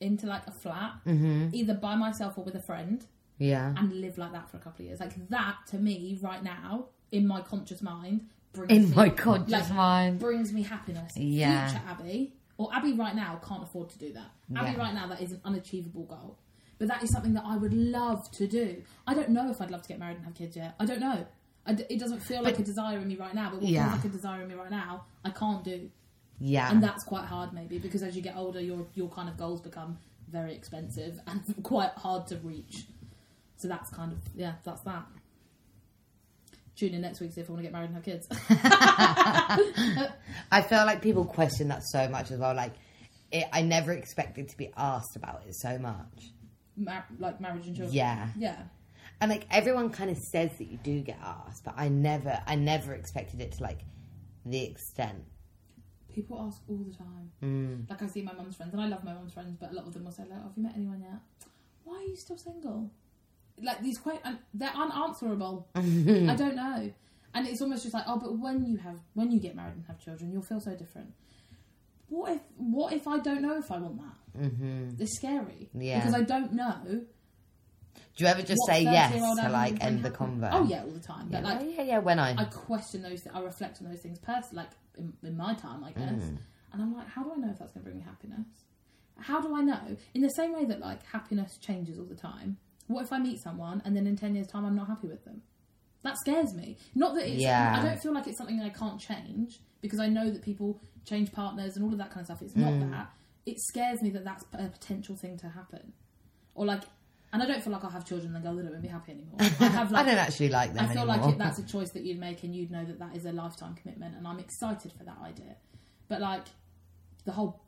[SPEAKER 1] into like a flat,
[SPEAKER 2] Mm-hmm.
[SPEAKER 1] either by myself or with a friend,
[SPEAKER 2] yeah.
[SPEAKER 1] and live like that for a couple of years. Like that to me, right now, in my conscious mind, brings
[SPEAKER 2] In
[SPEAKER 1] me,
[SPEAKER 2] my conscious
[SPEAKER 1] like,
[SPEAKER 2] mind.
[SPEAKER 1] brings me happiness.
[SPEAKER 2] Yeah.
[SPEAKER 1] Future Abby, or Abby right now, can't afford to do that. Abby
[SPEAKER 2] Yeah.
[SPEAKER 1] right now, that is an unachievable goal. But that is something that I would love to do. I don't know if I'd love to get married and have kids yet. I don't know. I d- it doesn't feel like a desire in me right now, but what
[SPEAKER 2] Yeah.
[SPEAKER 1] feels like a desire in me right now, I can't do.
[SPEAKER 2] Yeah.
[SPEAKER 1] And that's quite hard, maybe, because as you get older, your, your kind of goals become very expensive [laughs] and quite hard to reach. So that's kind of, yeah, that's that. Tune in next week to see if I want to get married and have kids. [laughs]
[SPEAKER 2] I feel like people question that so much as well. Like, it, I never expected to be asked about it so much.
[SPEAKER 1] Mar- like marriage and children.
[SPEAKER 2] Yeah.
[SPEAKER 1] Yeah.
[SPEAKER 2] And like everyone kind of says that you do get asked, but I never, I never expected it to like the extent.
[SPEAKER 1] People ask all the time.
[SPEAKER 2] Hmm.
[SPEAKER 1] Like I see my mum's friends, and I love my mum's friends, but a lot of them will say, like, "Have you met anyone yet? Why are you still single?" Like these quite, and they're unanswerable.
[SPEAKER 2] [laughs]
[SPEAKER 1] I don't know, and it's almost just like, "Oh, but when you have, when you get married and have children, you'll feel so different." What if, what if I don't know if I want that? Mm-hmm. It's scary
[SPEAKER 2] Yeah.
[SPEAKER 1] because I don't know.
[SPEAKER 2] Do you ever just
[SPEAKER 1] what
[SPEAKER 2] say
[SPEAKER 1] 30
[SPEAKER 2] yes
[SPEAKER 1] year old
[SPEAKER 2] to
[SPEAKER 1] Adam
[SPEAKER 2] like
[SPEAKER 1] would
[SPEAKER 2] end the
[SPEAKER 1] happen.
[SPEAKER 2] convo?
[SPEAKER 1] Oh yeah, all the time.
[SPEAKER 2] Yeah,
[SPEAKER 1] But like,
[SPEAKER 2] oh, yeah, yeah, when I.
[SPEAKER 1] I question those. I reflect on those things personally, like in, in my time, I guess. And I'm like, how do I know if that's going to bring me happiness? How do I know? In the same way that like happiness changes all the time. What if I meet someone and then in ten years' time I'm not happy with them? That scares me. Not that it's.
[SPEAKER 2] Yeah.
[SPEAKER 1] I don't feel like it's something I can't change because I know that people change partners and all of that kind of stuff. It's not that. It scares me that that's a potential thing to happen, or like. And I don't feel like I'll have children and go, they don't make me happy anymore. I have
[SPEAKER 2] I
[SPEAKER 1] like
[SPEAKER 2] don't actually like them
[SPEAKER 1] I feel
[SPEAKER 2] anymore.
[SPEAKER 1] like it, that's a choice that you'd make, and you'd know that that is a lifetime commitment, and I'm excited for that idea. But like the whole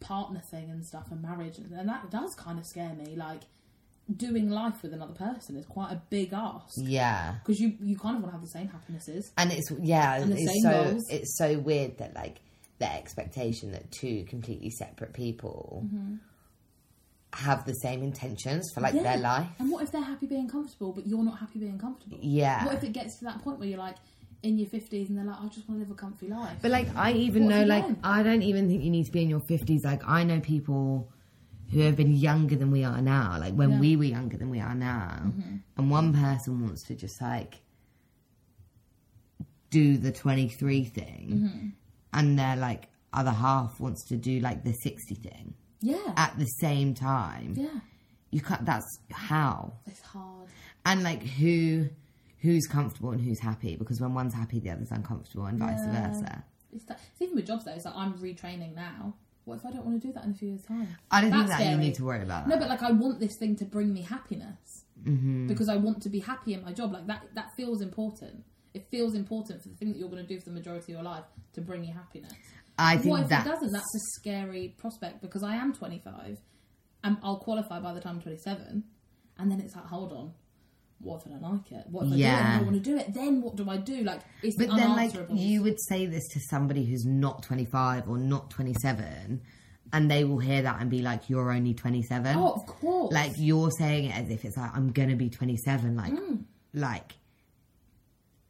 [SPEAKER 1] partner thing and stuff, and marriage, and, and that does kind of scare me. Like doing life with another person is quite a big ask
[SPEAKER 2] [laughs] yeah.
[SPEAKER 1] because you you kind of want to have the same happinesses.
[SPEAKER 2] and it's yeah
[SPEAKER 1] And the
[SPEAKER 2] it's
[SPEAKER 1] same
[SPEAKER 2] so
[SPEAKER 1] goals.
[SPEAKER 2] it's so weird that like the expectation that two completely separate people
[SPEAKER 1] Mm-hmm.
[SPEAKER 2] have the same intentions for like their life
[SPEAKER 1] And what if they're happy being comfortable, but you're not happy being comfortable?
[SPEAKER 2] Yeah.
[SPEAKER 1] What if it gets to that point where you're like in your fifties and they're like, I just want to live a comfy life.
[SPEAKER 2] But like, I even
[SPEAKER 1] What
[SPEAKER 2] know,
[SPEAKER 1] do you
[SPEAKER 2] like,
[SPEAKER 1] want?
[SPEAKER 2] I don't even think you need to be in your fifties. Like, I know people who have been younger than we are now. Like when
[SPEAKER 1] Yeah. Mm-hmm.
[SPEAKER 2] we were younger than we are now, and one person wants to just like do the twenty three thing,
[SPEAKER 1] Mm-hmm.
[SPEAKER 2] and their like other half wants to do like the sixty thing
[SPEAKER 1] yeah.
[SPEAKER 2] at the same time.
[SPEAKER 1] yeah.
[SPEAKER 2] You can't. That's how
[SPEAKER 1] It's hard.
[SPEAKER 2] and like who. Who's comfortable and who's happy? Because when one's happy, the other's uncomfortable, and vice
[SPEAKER 1] Yeah.
[SPEAKER 2] versa.
[SPEAKER 1] It's, that, it's even with jobs though. It's like I'm retraining now. What if I don't want to do that in a few years' time?
[SPEAKER 2] I don't think
[SPEAKER 1] That's
[SPEAKER 2] that you
[SPEAKER 1] scary.
[SPEAKER 2] need to worry about that. Mm-hmm.
[SPEAKER 1] No, but like I want this thing to bring me happiness because I want to be happy in my job. Like that, that feels important. It feels important for the thing that you're going to do for the majority of your life to bring you happiness.
[SPEAKER 2] I
[SPEAKER 1] what if
[SPEAKER 2] think that
[SPEAKER 1] it doesn't? That's a scary prospect because I am 25 and I'll qualify by the time I'm 27, and then it's like, hold on. What if I don't like it? What if I do it and I
[SPEAKER 2] Yeah.
[SPEAKER 1] don't want to do it? Then what do I do? Like, it's
[SPEAKER 2] But then, like,
[SPEAKER 1] unanswerable.
[SPEAKER 2] you would say this to somebody who's not 25 or not 27, and they will hear that and be like, You're only 27.
[SPEAKER 1] oh, of course.
[SPEAKER 2] Like, you're saying it as if it's like, I'm going to be 27. Like,
[SPEAKER 1] Hmm.
[SPEAKER 2] like,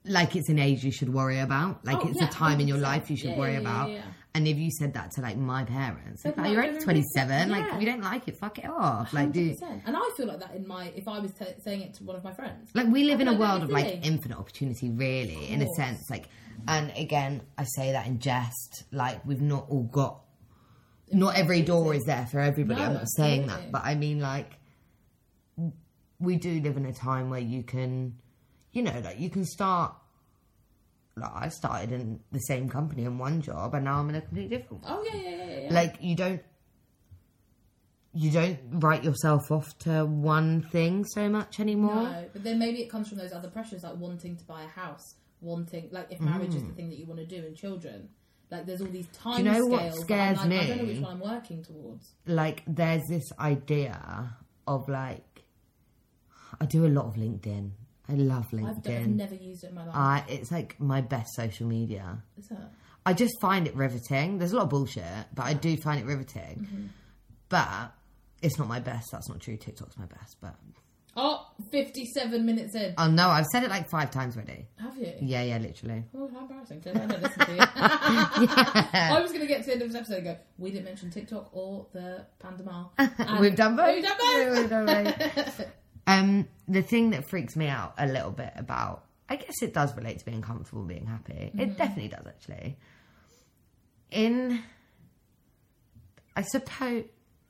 [SPEAKER 2] like it's an age you should worry about. Like,
[SPEAKER 1] Oh,
[SPEAKER 2] it's
[SPEAKER 1] yeah,
[SPEAKER 2] a time in your
[SPEAKER 1] 100%.
[SPEAKER 2] life you should
[SPEAKER 1] Yeah,
[SPEAKER 2] worry
[SPEAKER 1] yeah, yeah,
[SPEAKER 2] about.
[SPEAKER 1] yeah.
[SPEAKER 2] And if you said that to like my parents,
[SPEAKER 1] They'd
[SPEAKER 2] like, "Oh,
[SPEAKER 1] be
[SPEAKER 2] you're
[SPEAKER 1] like,
[SPEAKER 2] only
[SPEAKER 1] "Don't be so-"
[SPEAKER 2] 27. Like,
[SPEAKER 1] Yeah.
[SPEAKER 2] if you don't like it, fuck it off. Like, do
[SPEAKER 1] 100%. And I feel like that in my if I was t- saying it to one of my friends.
[SPEAKER 2] Like we live in a
[SPEAKER 1] Like,
[SPEAKER 2] world of like
[SPEAKER 1] really?
[SPEAKER 2] infinite opportunity, really, in a
[SPEAKER 1] course.
[SPEAKER 2] sense. Like, and again, I say that in jest. Like we've not all got, not every door is there for everybody.
[SPEAKER 1] No,
[SPEAKER 2] I'm not saying that,
[SPEAKER 1] absolutely.
[SPEAKER 2] but I mean like, we do live in a time where you can, you know, like you can start. Like I started in the same company in one job, and now I'm in a completely different one.
[SPEAKER 1] Oh yeah, yeah, yeah, yeah, yeah.
[SPEAKER 2] Like you don't. You don't write yourself off to one thing so much anymore.
[SPEAKER 1] no, but then maybe it comes from those other pressures, like wanting to buy a house, wanting like if marriage is the thing that you want to do, and children. Like there's all these time
[SPEAKER 2] Mm. know what
[SPEAKER 1] scales. that
[SPEAKER 2] scares
[SPEAKER 1] I'm like, I don't know
[SPEAKER 2] me?
[SPEAKER 1] which one I'm working towards.
[SPEAKER 2] like there's this idea of like I do a lot of LinkedIn. I love
[SPEAKER 1] I've, d- I've
[SPEAKER 2] LinkedIn.
[SPEAKER 1] never used it in my life.
[SPEAKER 2] I it's like my best social media.
[SPEAKER 1] Is that?
[SPEAKER 2] I just find it riveting. There's a lot of bullshit, but I do find it riveting.
[SPEAKER 1] Mm-hmm.
[SPEAKER 2] But it's not my best. That's not true. TikTok's my best, but
[SPEAKER 1] Oh, 57 minutes in.
[SPEAKER 2] oh no, I've said it like five times already.
[SPEAKER 1] Have you?
[SPEAKER 2] uh, Yeah, yeah, literally.
[SPEAKER 1] Oh, how embarrassing. Did I not listen
[SPEAKER 2] [laughs]
[SPEAKER 1] to you? I was going to get to the end of this episode and go, we didn't mention TikTok or the Pandemar. And-
[SPEAKER 2] [laughs] We've done both.
[SPEAKER 1] We've done both.
[SPEAKER 2] We've done
[SPEAKER 1] [laughs]
[SPEAKER 2] both. um, the thing that freaks me out a little bit about, I guess it does relate to being comfortable, being happy.
[SPEAKER 1] Mm-hmm.
[SPEAKER 2] It definitely does, actually. In, I suppose,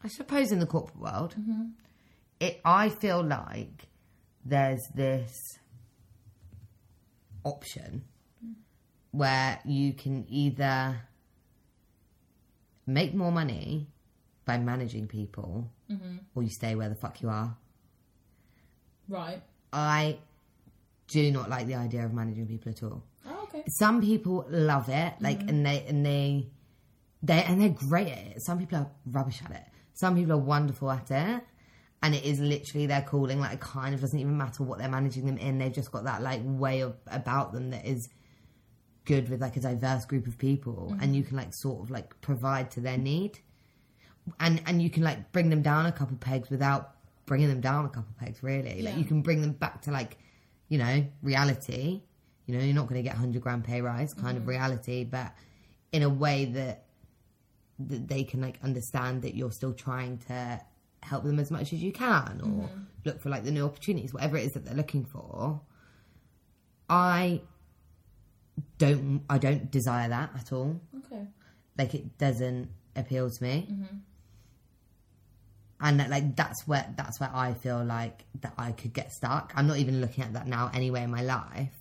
[SPEAKER 2] I suppose in the corporate world,
[SPEAKER 1] Mm-hmm.
[SPEAKER 2] it. I feel like there's this option where you can either make more money by managing people or you stay where the fuck you are.
[SPEAKER 1] Right.
[SPEAKER 2] I do not like the idea of managing people at all.
[SPEAKER 1] Oh, okay.
[SPEAKER 2] Some people love it, like and they and they they and they're great at it. Some people are rubbish at it. Some people are wonderful at it. And it is literally their calling, like it kind of doesn't even matter what they're managing them in, they've just got that like way of, about them that is good with like a diverse group of people and you can like sort of like provide to their need and and you can like bring them down a couple pegs without bringing them down a couple pegs really like
[SPEAKER 1] Yeah.
[SPEAKER 2] you can bring them back to like you know reality you know you're not going to get 100 grand pay rise kind of reality but in a way that that they can like understand that you're still trying to help them as much as you can or look for like the new opportunities whatever it is that they're looking for i don't i don't desire that at all
[SPEAKER 1] Okay.
[SPEAKER 2] like it doesn't appeal to me and that, like that's where that's where i feel like that i could get stuck i'm not even looking at that now anyway in my life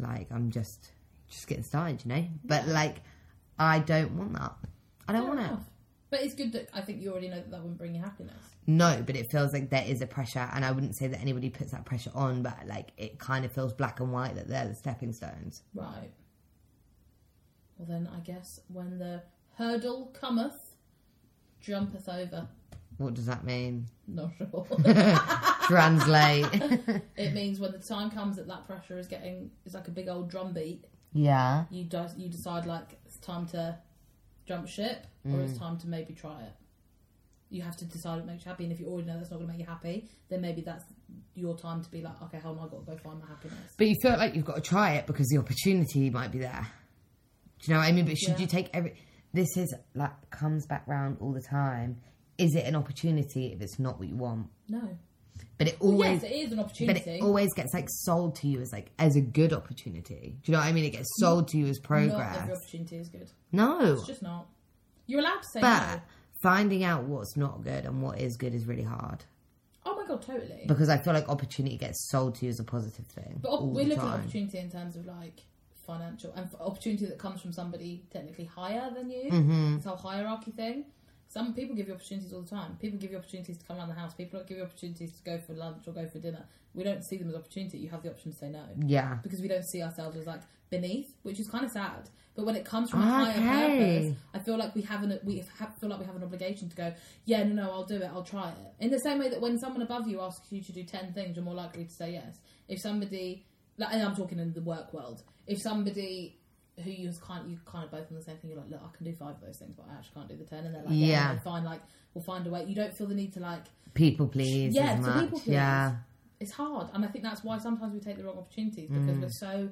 [SPEAKER 2] like i'm just just getting started you know but like i don't want that i don't
[SPEAKER 1] Fair
[SPEAKER 2] want it
[SPEAKER 1] enough. But it's good that I think you already know that that wouldn't bring you happiness.
[SPEAKER 2] no but it feels like there is a pressure and i wouldn't say that anybody puts that pressure on but like it kind of feels black and white that they're the stepping stones
[SPEAKER 1] Right. Well, then I guess when the hurdle cometh, jumpeth over. [laughs]
[SPEAKER 2] what does that mean
[SPEAKER 1] Not sure.
[SPEAKER 2] translate [laughs]
[SPEAKER 1] it means when the time comes that that pressure is getting is like a big old drumbeat.
[SPEAKER 2] yeah
[SPEAKER 1] You di- you decide like it's time to jump ship or it's time to maybe try it. You have to decide what makes you happy, and if you already know that's not going to make you happy, then maybe that's your time to be like, okay, hold on, I've got to go find my happiness.
[SPEAKER 2] But you feel like you've got to try it because the opportunity might be there. Do you know what I mean? But should
[SPEAKER 1] Yeah.
[SPEAKER 2] you take every? This is like comes back round all the time. Is it an opportunity if it's not what you want?
[SPEAKER 1] No.
[SPEAKER 2] But it
[SPEAKER 1] Well,
[SPEAKER 2] always,
[SPEAKER 1] yes, it is an
[SPEAKER 2] but
[SPEAKER 1] opportunity.
[SPEAKER 2] it always gets like sold to you as like as a good opportunity. Do you know what I mean? It gets sold to you as
[SPEAKER 1] Not
[SPEAKER 2] progress.
[SPEAKER 1] every opportunity is good.
[SPEAKER 2] No,
[SPEAKER 1] It's just not. You're allowed to say
[SPEAKER 2] but
[SPEAKER 1] no.
[SPEAKER 2] finding out what's not good and what is good is really hard
[SPEAKER 1] Oh my god, totally.
[SPEAKER 2] because I feel like opportunity gets sold to you as a positive thing.
[SPEAKER 1] But op-
[SPEAKER 2] all
[SPEAKER 1] we're
[SPEAKER 2] the
[SPEAKER 1] looking at
[SPEAKER 2] time.
[SPEAKER 1] opportunity in terms of like financial and f- opportunity that comes from somebody technically higher than you.
[SPEAKER 2] Mm-hmm.
[SPEAKER 1] This whole hierarchy thing. Some people give you opportunities all the time. People give you opportunities to come around the house. People don't give you opportunities to go for lunch or go for dinner. We don't see them as opportunity. You have the option to say no
[SPEAKER 2] Yeah,
[SPEAKER 1] because we don't see ourselves as like beneath, which is kind of sad. But when it comes from a higher
[SPEAKER 2] Ah, Okay.
[SPEAKER 1] purpose, I feel like we have an we have, feel like we have an obligation to go. Yeah, no, no, I'll do it. I'll try it. In the same way that when someone above you asks you to do ten things, you're more likely to say yes. If somebody, like, and I'm talking in the work world, if somebody who you was kind you kind of both on the same thing, you're like, look, I can do five of those things, but I actually can't do the ten, and they're like, yeah,
[SPEAKER 2] Yeah.
[SPEAKER 1] okay, fine, like we'll find a way. You don't feel the need to like
[SPEAKER 2] people please.
[SPEAKER 1] Yeah,
[SPEAKER 2] as
[SPEAKER 1] it's a
[SPEAKER 2] much.
[SPEAKER 1] people please.
[SPEAKER 2] Yeah.
[SPEAKER 1] it's hard, and I think that's why sometimes we take the wrong opportunities because we're so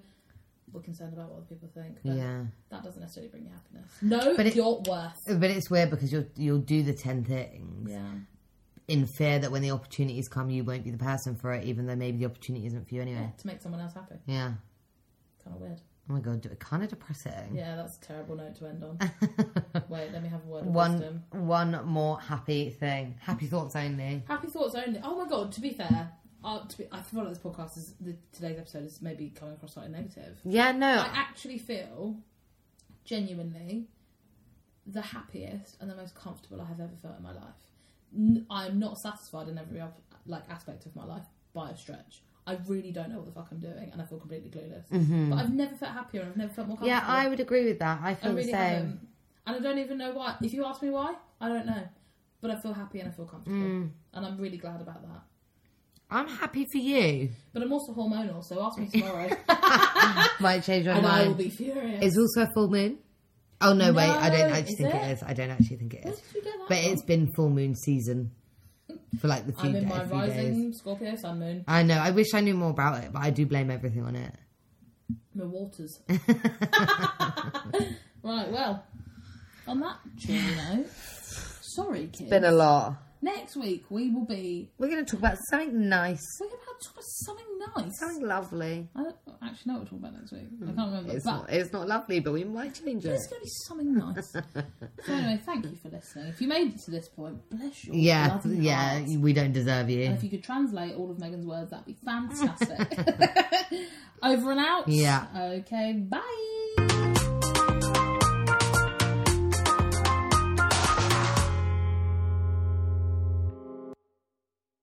[SPEAKER 1] we're concerned about what other people think. But
[SPEAKER 2] Mm. Yeah.
[SPEAKER 1] that doesn't necessarily bring you happiness. No,
[SPEAKER 2] But
[SPEAKER 1] but
[SPEAKER 2] it-
[SPEAKER 1] your worth.
[SPEAKER 2] But it's weird because you'll you'll do the ten things
[SPEAKER 1] Yeah,
[SPEAKER 2] in fear that when the opportunities come, you won't be the person for it, even though maybe the opportunity isn't for you anyway.
[SPEAKER 1] to make someone else happy.
[SPEAKER 2] Yeah.
[SPEAKER 1] Kind of weird.
[SPEAKER 2] Oh my god, kind of depressing.
[SPEAKER 1] Yeah, that's a terrible note to
[SPEAKER 2] [laughs]
[SPEAKER 1] end on. Wait, let me have a word of
[SPEAKER 2] One
[SPEAKER 1] wisdom.
[SPEAKER 2] one more happy thing. Happy thoughts only.
[SPEAKER 1] Happy thoughts only. Oh my god. To be fair, uh, to be, I feel like this podcast is the, today's episode is maybe coming across slightly negative.
[SPEAKER 2] Yeah, no,
[SPEAKER 1] I actually feel genuinely the happiest and the most comfortable I have ever felt in my life. N- I'm not satisfied in every op- like aspect of my life by a stretch. I really don't know what the fuck I'm doing, and I feel completely clueless. But I've never felt happier. I've never felt more comfortable.
[SPEAKER 2] Mm-hmm. yeah, I would agree with that. I
[SPEAKER 1] I
[SPEAKER 2] feel
[SPEAKER 1] really
[SPEAKER 2] the same.
[SPEAKER 1] haven't, and I don't even know why. If you ask me why, I don't know. But I feel happy and I feel comfortable,
[SPEAKER 2] Mm.
[SPEAKER 1] and I'm really glad about that.
[SPEAKER 2] I'm happy for you.
[SPEAKER 1] But I'm also hormonal, so
[SPEAKER 2] [laughs]
[SPEAKER 1] ask me tomorrow,
[SPEAKER 2] Might change my
[SPEAKER 1] and I will
[SPEAKER 2] mind.
[SPEAKER 1] be furious.
[SPEAKER 2] It's also a full moon. Oh no, wait, I don't
[SPEAKER 1] No,
[SPEAKER 2] actually
[SPEAKER 1] is
[SPEAKER 2] think
[SPEAKER 1] it?
[SPEAKER 2] it is. I don't actually think it
[SPEAKER 1] Where
[SPEAKER 2] is.
[SPEAKER 1] did you get that
[SPEAKER 2] But
[SPEAKER 1] from?
[SPEAKER 2] it's been full moon season for like the few,
[SPEAKER 1] I'm in
[SPEAKER 2] da-
[SPEAKER 1] my
[SPEAKER 2] few days.
[SPEAKER 1] rising Scorpio sun moon.
[SPEAKER 2] I know. I wish I knew more about it, but I do blame everything on it.
[SPEAKER 1] My
[SPEAKER 2] [laughs]
[SPEAKER 1] waters. [laughs] right, well, on that cheery note, sorry, kids.
[SPEAKER 2] lot.
[SPEAKER 1] Next week we will be.
[SPEAKER 2] We're going to talk about something nice,
[SPEAKER 1] We're going to talk about something nice.
[SPEAKER 2] something lovely.
[SPEAKER 1] I don't actually know what we're talking about next week. I can't remember.
[SPEAKER 2] It's
[SPEAKER 1] but
[SPEAKER 2] not, it's not lovely, but we might change it.
[SPEAKER 1] it's going to be something
[SPEAKER 2] [laughs]
[SPEAKER 1] nice. so anyway, thank you for listening. If you made it to this point, bless you.
[SPEAKER 2] Yeah, yeah, we don't deserve you.
[SPEAKER 1] And if you could translate all of Megan's
[SPEAKER 2] [laughs]
[SPEAKER 1] words, that'd be fantastic. [laughs] Over and out.
[SPEAKER 2] Yeah.
[SPEAKER 1] Okay. Bye.